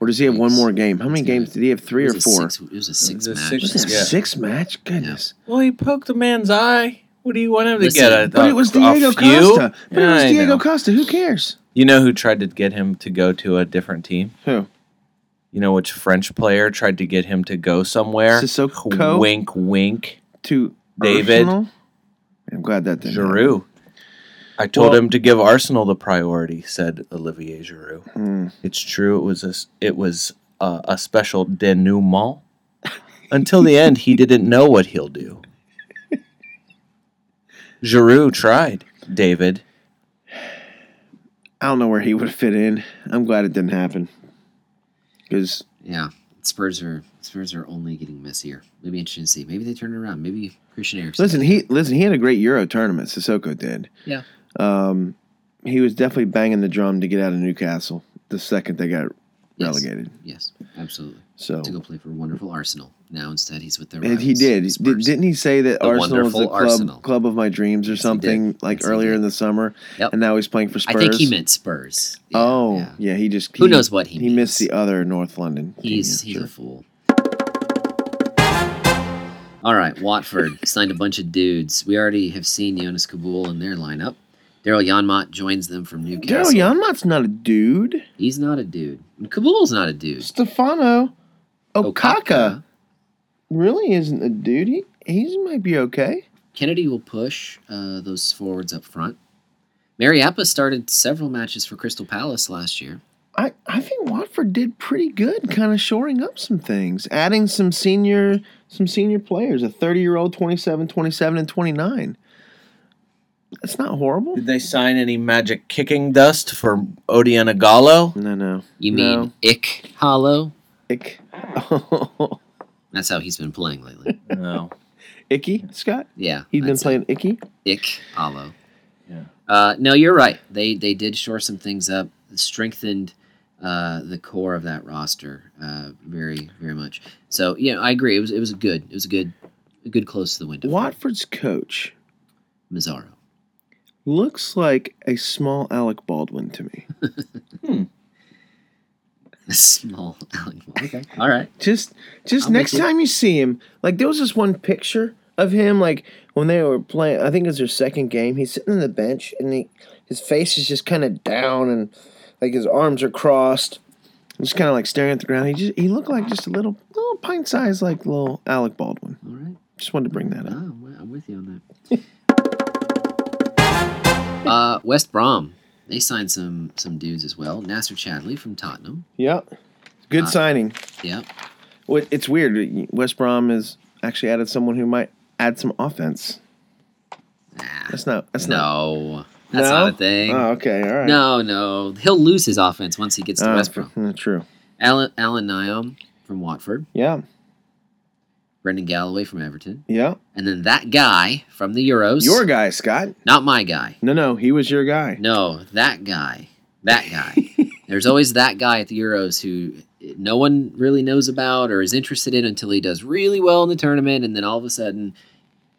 Speaker 3: Or does he have one
Speaker 4: Yes.
Speaker 3: more game? How many
Speaker 4: He's got-
Speaker 3: games did he have? Three
Speaker 4: It
Speaker 3: or
Speaker 4: was a
Speaker 3: four?
Speaker 4: six- it was a six
Speaker 2: a
Speaker 4: match.
Speaker 2: six-
Speaker 3: Was it
Speaker 2: Yeah.
Speaker 3: six match? Goodness.
Speaker 2: Well, he poked a man's eye. What do you want him to
Speaker 4: Listen,
Speaker 2: get? A,
Speaker 3: But it was
Speaker 2: a- a
Speaker 3: Diego
Speaker 2: few?
Speaker 3: Costa. But
Speaker 2: Yeah,
Speaker 3: it was
Speaker 2: I
Speaker 3: Diego
Speaker 2: know.
Speaker 3: Costa. Who cares?
Speaker 2: You know who tried to get him to go to a different team?
Speaker 3: Who?
Speaker 2: You know which French player tried to get him to go somewhere?
Speaker 3: Sissoko?
Speaker 2: Wink, wink.
Speaker 3: To
Speaker 2: David.
Speaker 3: Arsenal? I'm glad that didn't. happen.
Speaker 2: Giroud. I told
Speaker 3: Well-
Speaker 2: him to give Arsenal the priority," said Olivier Giroud.
Speaker 3: Hmm.
Speaker 2: It's true. It was a s- it was a, a special denouement. Until the end, he didn't know what he'll do. Giroud tried. David.
Speaker 3: I don't know where he would fit in. I'm glad it didn't happen. Because
Speaker 4: Yeah. Spurs are Spurs are only getting messier. It'll be interesting to see. Maybe they turn it around. Maybe Christian Eriksen.
Speaker 3: listen, he listen he had a great Euro tournament. Sissoko did.
Speaker 4: Yeah.
Speaker 3: Um, he was definitely banging the drum to get out of Newcastle the second they got
Speaker 4: Yes.
Speaker 3: relegated.
Speaker 4: Yes, absolutely.
Speaker 3: So
Speaker 4: to go play for wonderful Arsenal. Now instead he's with their
Speaker 3: and
Speaker 4: rivals,
Speaker 3: he did. Did
Speaker 4: Spurs.
Speaker 3: Didn't he say that
Speaker 4: The
Speaker 3: Arsenal was the
Speaker 4: wonderful
Speaker 3: club,
Speaker 4: Arsenal.
Speaker 3: club of my dreams or
Speaker 4: Yes, he did.
Speaker 3: something like
Speaker 4: Yes, he
Speaker 3: earlier
Speaker 4: did.
Speaker 3: in the summer?
Speaker 4: Yep.
Speaker 3: And now he's playing for
Speaker 4: I
Speaker 3: Spurs.
Speaker 4: think he meant Spurs. Yeah,
Speaker 3: oh, yeah.
Speaker 4: yeah.
Speaker 3: he just
Speaker 4: Who
Speaker 3: he-
Speaker 4: knows what he
Speaker 3: He missed
Speaker 4: means.
Speaker 3: the other North London. team,
Speaker 4: he's
Speaker 3: yeah,
Speaker 4: he's
Speaker 3: sure.
Speaker 4: a fool. All right, Watford signed a bunch of dudes. We already have seen Jonas Kabul in their lineup. Daryl Yanmott joins them from
Speaker 3: Daryl
Speaker 4: Newcastle.
Speaker 3: Yanmat's not a dude.
Speaker 4: He's not a dude. And Kabul's not a dude.
Speaker 3: Stefano Oh, Okaka really isn't a dude. He, he might be okay.
Speaker 4: Kennedy will push uh, those forwards up front. Mariappa started several matches for Crystal Palace last year.
Speaker 3: I, I think Watford did pretty good, kind of shoring up some things, adding some senior some senior players, a 30 year old, 27, 27, and 29. That's not horrible.
Speaker 2: Did they sign any magic kicking dust for Odiana Gallo?
Speaker 3: No, no.
Speaker 4: You mean
Speaker 3: No.
Speaker 4: Ick Hollow?
Speaker 3: Ick.
Speaker 4: That's how he's been playing lately.
Speaker 2: No.
Speaker 3: Icky, Scott?
Speaker 4: Yeah,
Speaker 3: He's been
Speaker 4: that's it.
Speaker 3: playing Icky?
Speaker 4: Ick Hollow.
Speaker 2: Yeah.
Speaker 4: Uh, no, you're right. They they did shore some things up, strengthened uh, the core of that roster uh, very very much. So yeah, I agree. It was it was good. It was a good a good close to the window.
Speaker 3: Watford's coach
Speaker 4: Mazzaro.
Speaker 3: looks like a small Alec Baldwin to me.
Speaker 4: Small Alec Baldwin. Okay. All right.
Speaker 3: Just just
Speaker 4: I'll make
Speaker 3: next
Speaker 4: it-
Speaker 3: time you see him, like there was this one picture of him, like when they were playing. I think it was their second game. He's sitting on the bench, and he, his face is just kind of down, and like his arms are crossed, just kind of like staring at the ground. He just he looked like just a little little pint sized like little Alec Baldwin.
Speaker 4: All right.
Speaker 3: Just wanted to bring that
Speaker 4: No,
Speaker 3: up.
Speaker 4: I'm wi- I'm with you on that. uh, West Brom. They signed some some dudes as well. Nasser Chadley from Tottenham.
Speaker 3: Yep, good
Speaker 4: Uh,
Speaker 3: signing.
Speaker 4: Yep.
Speaker 3: Well, It's weird. West Brom has actually added someone who might add some offense.
Speaker 4: Ah,
Speaker 3: That's not. That's not.
Speaker 4: no. That's not a thing.
Speaker 3: Oh, okay. All right.
Speaker 4: No, no. He'll lose his offense once he gets to
Speaker 3: Oh,
Speaker 4: West Brom.
Speaker 3: mm, True.
Speaker 4: Alan, Alan Niam from Watford.
Speaker 3: Yeah.
Speaker 4: Brendan Galloway from Everton.
Speaker 3: Yeah.
Speaker 4: And then that guy from the Euros.
Speaker 3: Your guy, Scott.
Speaker 4: Not my guy.
Speaker 3: No, no, he was your guy.
Speaker 4: No, that guy. That guy. There's always that guy at the Euros who no one really knows about or is interested in until he does really well in the tournament, and then all of a sudden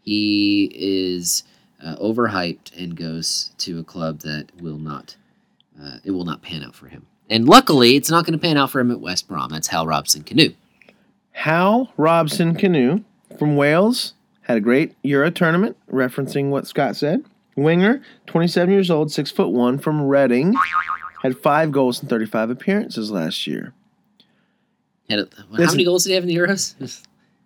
Speaker 4: he is uh, overhyped and goes to a club that will not. Uh, it will not pan out for him. And luckily, it's not going to pan out for him at West Brom. That's Hal Robson Canoe.
Speaker 3: Hal Robson Canoe from Wales had a great Euro tournament, referencing what Scott said. Winger, 27 years old, six foot one from Reading, had five goals in 35 appearances last year.
Speaker 4: Had a, how
Speaker 3: Listen.
Speaker 4: many goals did he have in the Euros?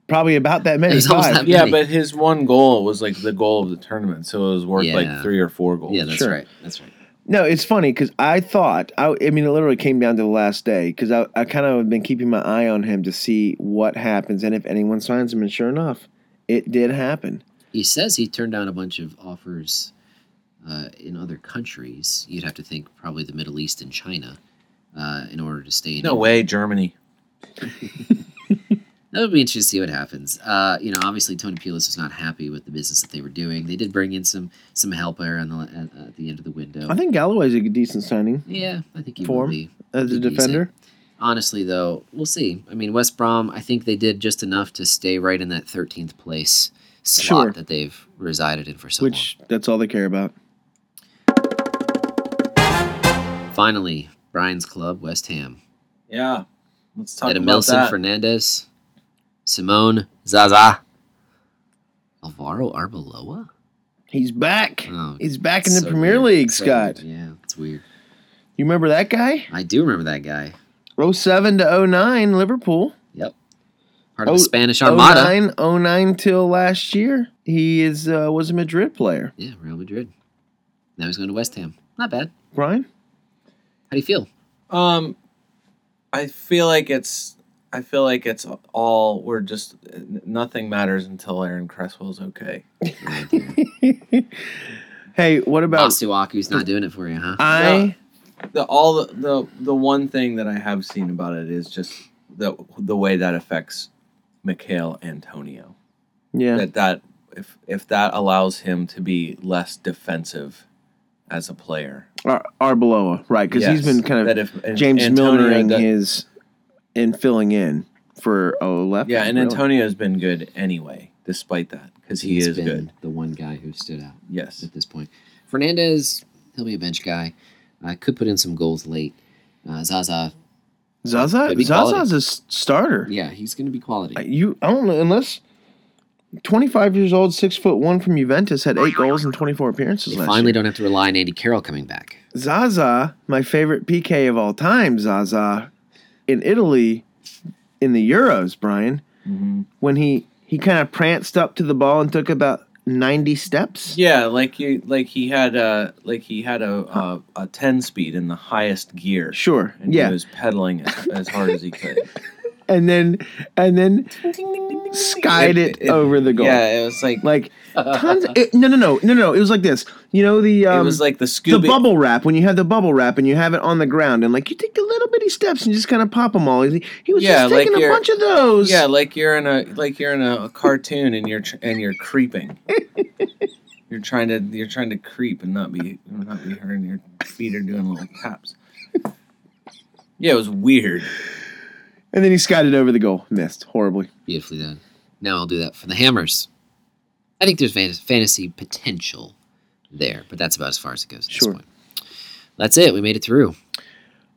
Speaker 3: Probably about that
Speaker 4: It
Speaker 3: many.
Speaker 4: was almost
Speaker 3: Five.
Speaker 4: that
Speaker 2: Yeah,
Speaker 4: Really?
Speaker 2: but his one goal was like the goal of the tournament, so it was worth
Speaker 4: Yeah.
Speaker 2: like three or four goals.
Speaker 4: yeah, that's
Speaker 3: Oh, Sure.
Speaker 4: right. That's right.
Speaker 3: No, it's funny because I thought, I, I mean, it literally came down to the last day because I, I kind of have been keeping my eye on him to see what happens and if anyone signs him. And sure enough, it did happen.
Speaker 4: he says he turned down a bunch of offers uh, in other countries. You'd have to think probably the Middle East and China uh, in order to stay. In
Speaker 2: No
Speaker 4: England.
Speaker 2: way, Germany.
Speaker 4: That would be interesting to see what happens. Uh, you know, obviously Tony Pulis was not happy with the business that they were doing. They did bring in some some help there on the at, at the end of the window.
Speaker 3: I think Galloway's a decent signing
Speaker 4: yeah, I think he will
Speaker 3: Form.
Speaker 4: be.
Speaker 3: as a
Speaker 4: Decent.
Speaker 3: defender.
Speaker 4: Honestly, though, we'll see. I mean, West Brom. I think they did just enough to stay right in that 13th place slot
Speaker 3: Sure.
Speaker 4: that they've resided in for so long.
Speaker 3: which that's all they care about.
Speaker 4: Finally, Brian's club, West Ham.
Speaker 2: Yeah, let's talk
Speaker 4: Edamilson
Speaker 2: about that.
Speaker 4: Fernandez, Simone Zaza, Alvaro Arbeloa.
Speaker 3: He's back.
Speaker 4: Oh,
Speaker 3: He's back in the
Speaker 4: so
Speaker 3: Premier
Speaker 4: weird.
Speaker 3: League,
Speaker 4: So
Speaker 3: Scott.
Speaker 4: weird. Yeah, it's weird.
Speaker 3: You remember that guy?
Speaker 4: I do remember that guy.
Speaker 3: 07 to 09 Liverpool.
Speaker 4: Part of
Speaker 3: Oh,
Speaker 4: the Spanish Armada.
Speaker 3: 09, 09 till last year. He is uh, was a Madrid player.
Speaker 4: Yeah, Real Madrid. Now he's going to West Ham. Not bad.
Speaker 3: Brian?
Speaker 4: How do you feel?
Speaker 2: Um, I feel like it's. I feel like it's all we're just n- nothing matters until Aaron Cresswell's okay.
Speaker 3: hey, what about
Speaker 4: Masuaku's not doing it for you, huh?
Speaker 3: I
Speaker 2: The all the, the the one thing that I have seen about it is just the the way that affects Mikhail Antonio.
Speaker 3: yeah.
Speaker 2: That that if if that allows him to be less defensive as a player.
Speaker 3: Ar- Arbeloa, right? Because he's
Speaker 2: Yes,
Speaker 3: been kind
Speaker 2: that
Speaker 3: of
Speaker 2: if, and
Speaker 3: James
Speaker 2: Antonio
Speaker 3: Milnering
Speaker 2: does-
Speaker 3: his and filling in for a left.
Speaker 2: Yeah, and
Speaker 3: really.
Speaker 2: Antonio's been good anyway, despite that, because he
Speaker 4: He's
Speaker 2: is
Speaker 4: been
Speaker 2: good.
Speaker 4: the one guy who stood out.
Speaker 2: Yes.
Speaker 4: at this point. Fernandez, he'll be a bench guy. Uh, could put in some goals late. Uh, Zaza,
Speaker 3: Zaza,
Speaker 4: Could be
Speaker 3: Zaza's
Speaker 4: quality.
Speaker 3: a s- starter.
Speaker 4: yeah, he's going to be quality.
Speaker 3: I- You, I don't know unless twenty-five years old, six foot one from Juventus had eight goals and twenty-four appearances
Speaker 4: They
Speaker 3: last
Speaker 4: finally
Speaker 3: year.
Speaker 4: don't have to rely on Andy Carroll coming back.
Speaker 3: Zaza, my favorite PK of all time, Zaza, in Italy, in the Euros, Brian,
Speaker 2: Mhm.
Speaker 3: when he he kind of pranced up to the ball and took about ninety steps.
Speaker 2: Yeah, like you, like he had a like he had a a, a ten speed in the highest gear,
Speaker 3: Sure,
Speaker 2: and
Speaker 3: yeah,
Speaker 2: he was pedaling as, as hard as he could.
Speaker 3: and then and then skied it,
Speaker 2: It- it-
Speaker 3: over the goal.
Speaker 2: Yeah, it was like
Speaker 3: Like tons. it, no, no, no, no, no. It was like this. You know the um,
Speaker 2: it was like the
Speaker 3: the
Speaker 2: Scooby.
Speaker 3: bubble wrap when you have the bubble wrap and you have it on the ground and like you take the little bitty steps and just kind of pop them all. He, he was
Speaker 2: Yeah,
Speaker 3: just taking
Speaker 2: like
Speaker 3: a
Speaker 2: you're-
Speaker 3: bunch of those.
Speaker 2: yeah, like you're in a like you're in a, cartoon and you're tr- and you're creeping. you're trying to you're trying to creep and not be not be hurt, and your feet are doing little taps. Yeah, it was weird.
Speaker 3: and then he skied it over the goal, missed horribly.
Speaker 4: Beautifully done. Now I'll do that for the Hammers. I think there's fan- fantasy potential there. But that's about as far as it goes at
Speaker 3: Sure.
Speaker 4: this point. That's it. We made it through.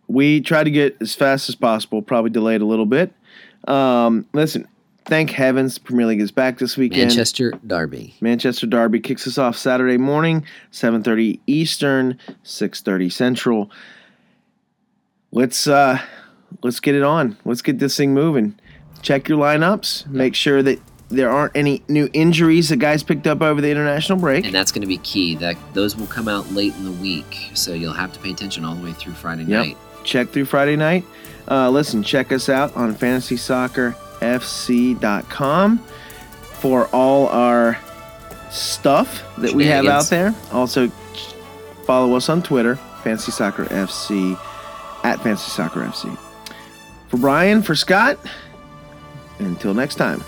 Speaker 3: We try to get as fast as possible, probably delayed a little bit. Um, listen, thank heavens Premier League is back this weekend.
Speaker 4: Manchester Derby.
Speaker 3: Manchester Derby kicks us off Saturday morning, 7:30 Eastern, 6:30 Central. Let's uh let's get it on. Let's get this thing moving. Check your lineups, make sure that there aren't any new injuries that guys picked up over the international break.
Speaker 4: And that's going to be key. That those will come out late in the week, so you'll have to pay attention all the way through Friday
Speaker 3: Yep.
Speaker 4: night.
Speaker 3: check through Friday night. Uh, listen, check us out on fantasysoccerfc.com for all our stuff that we have out there. Also, ch- follow us on Twitter, Fantasy Soccer FC, at Fantasy Soccer FC. For Brian, for Scott, until next time.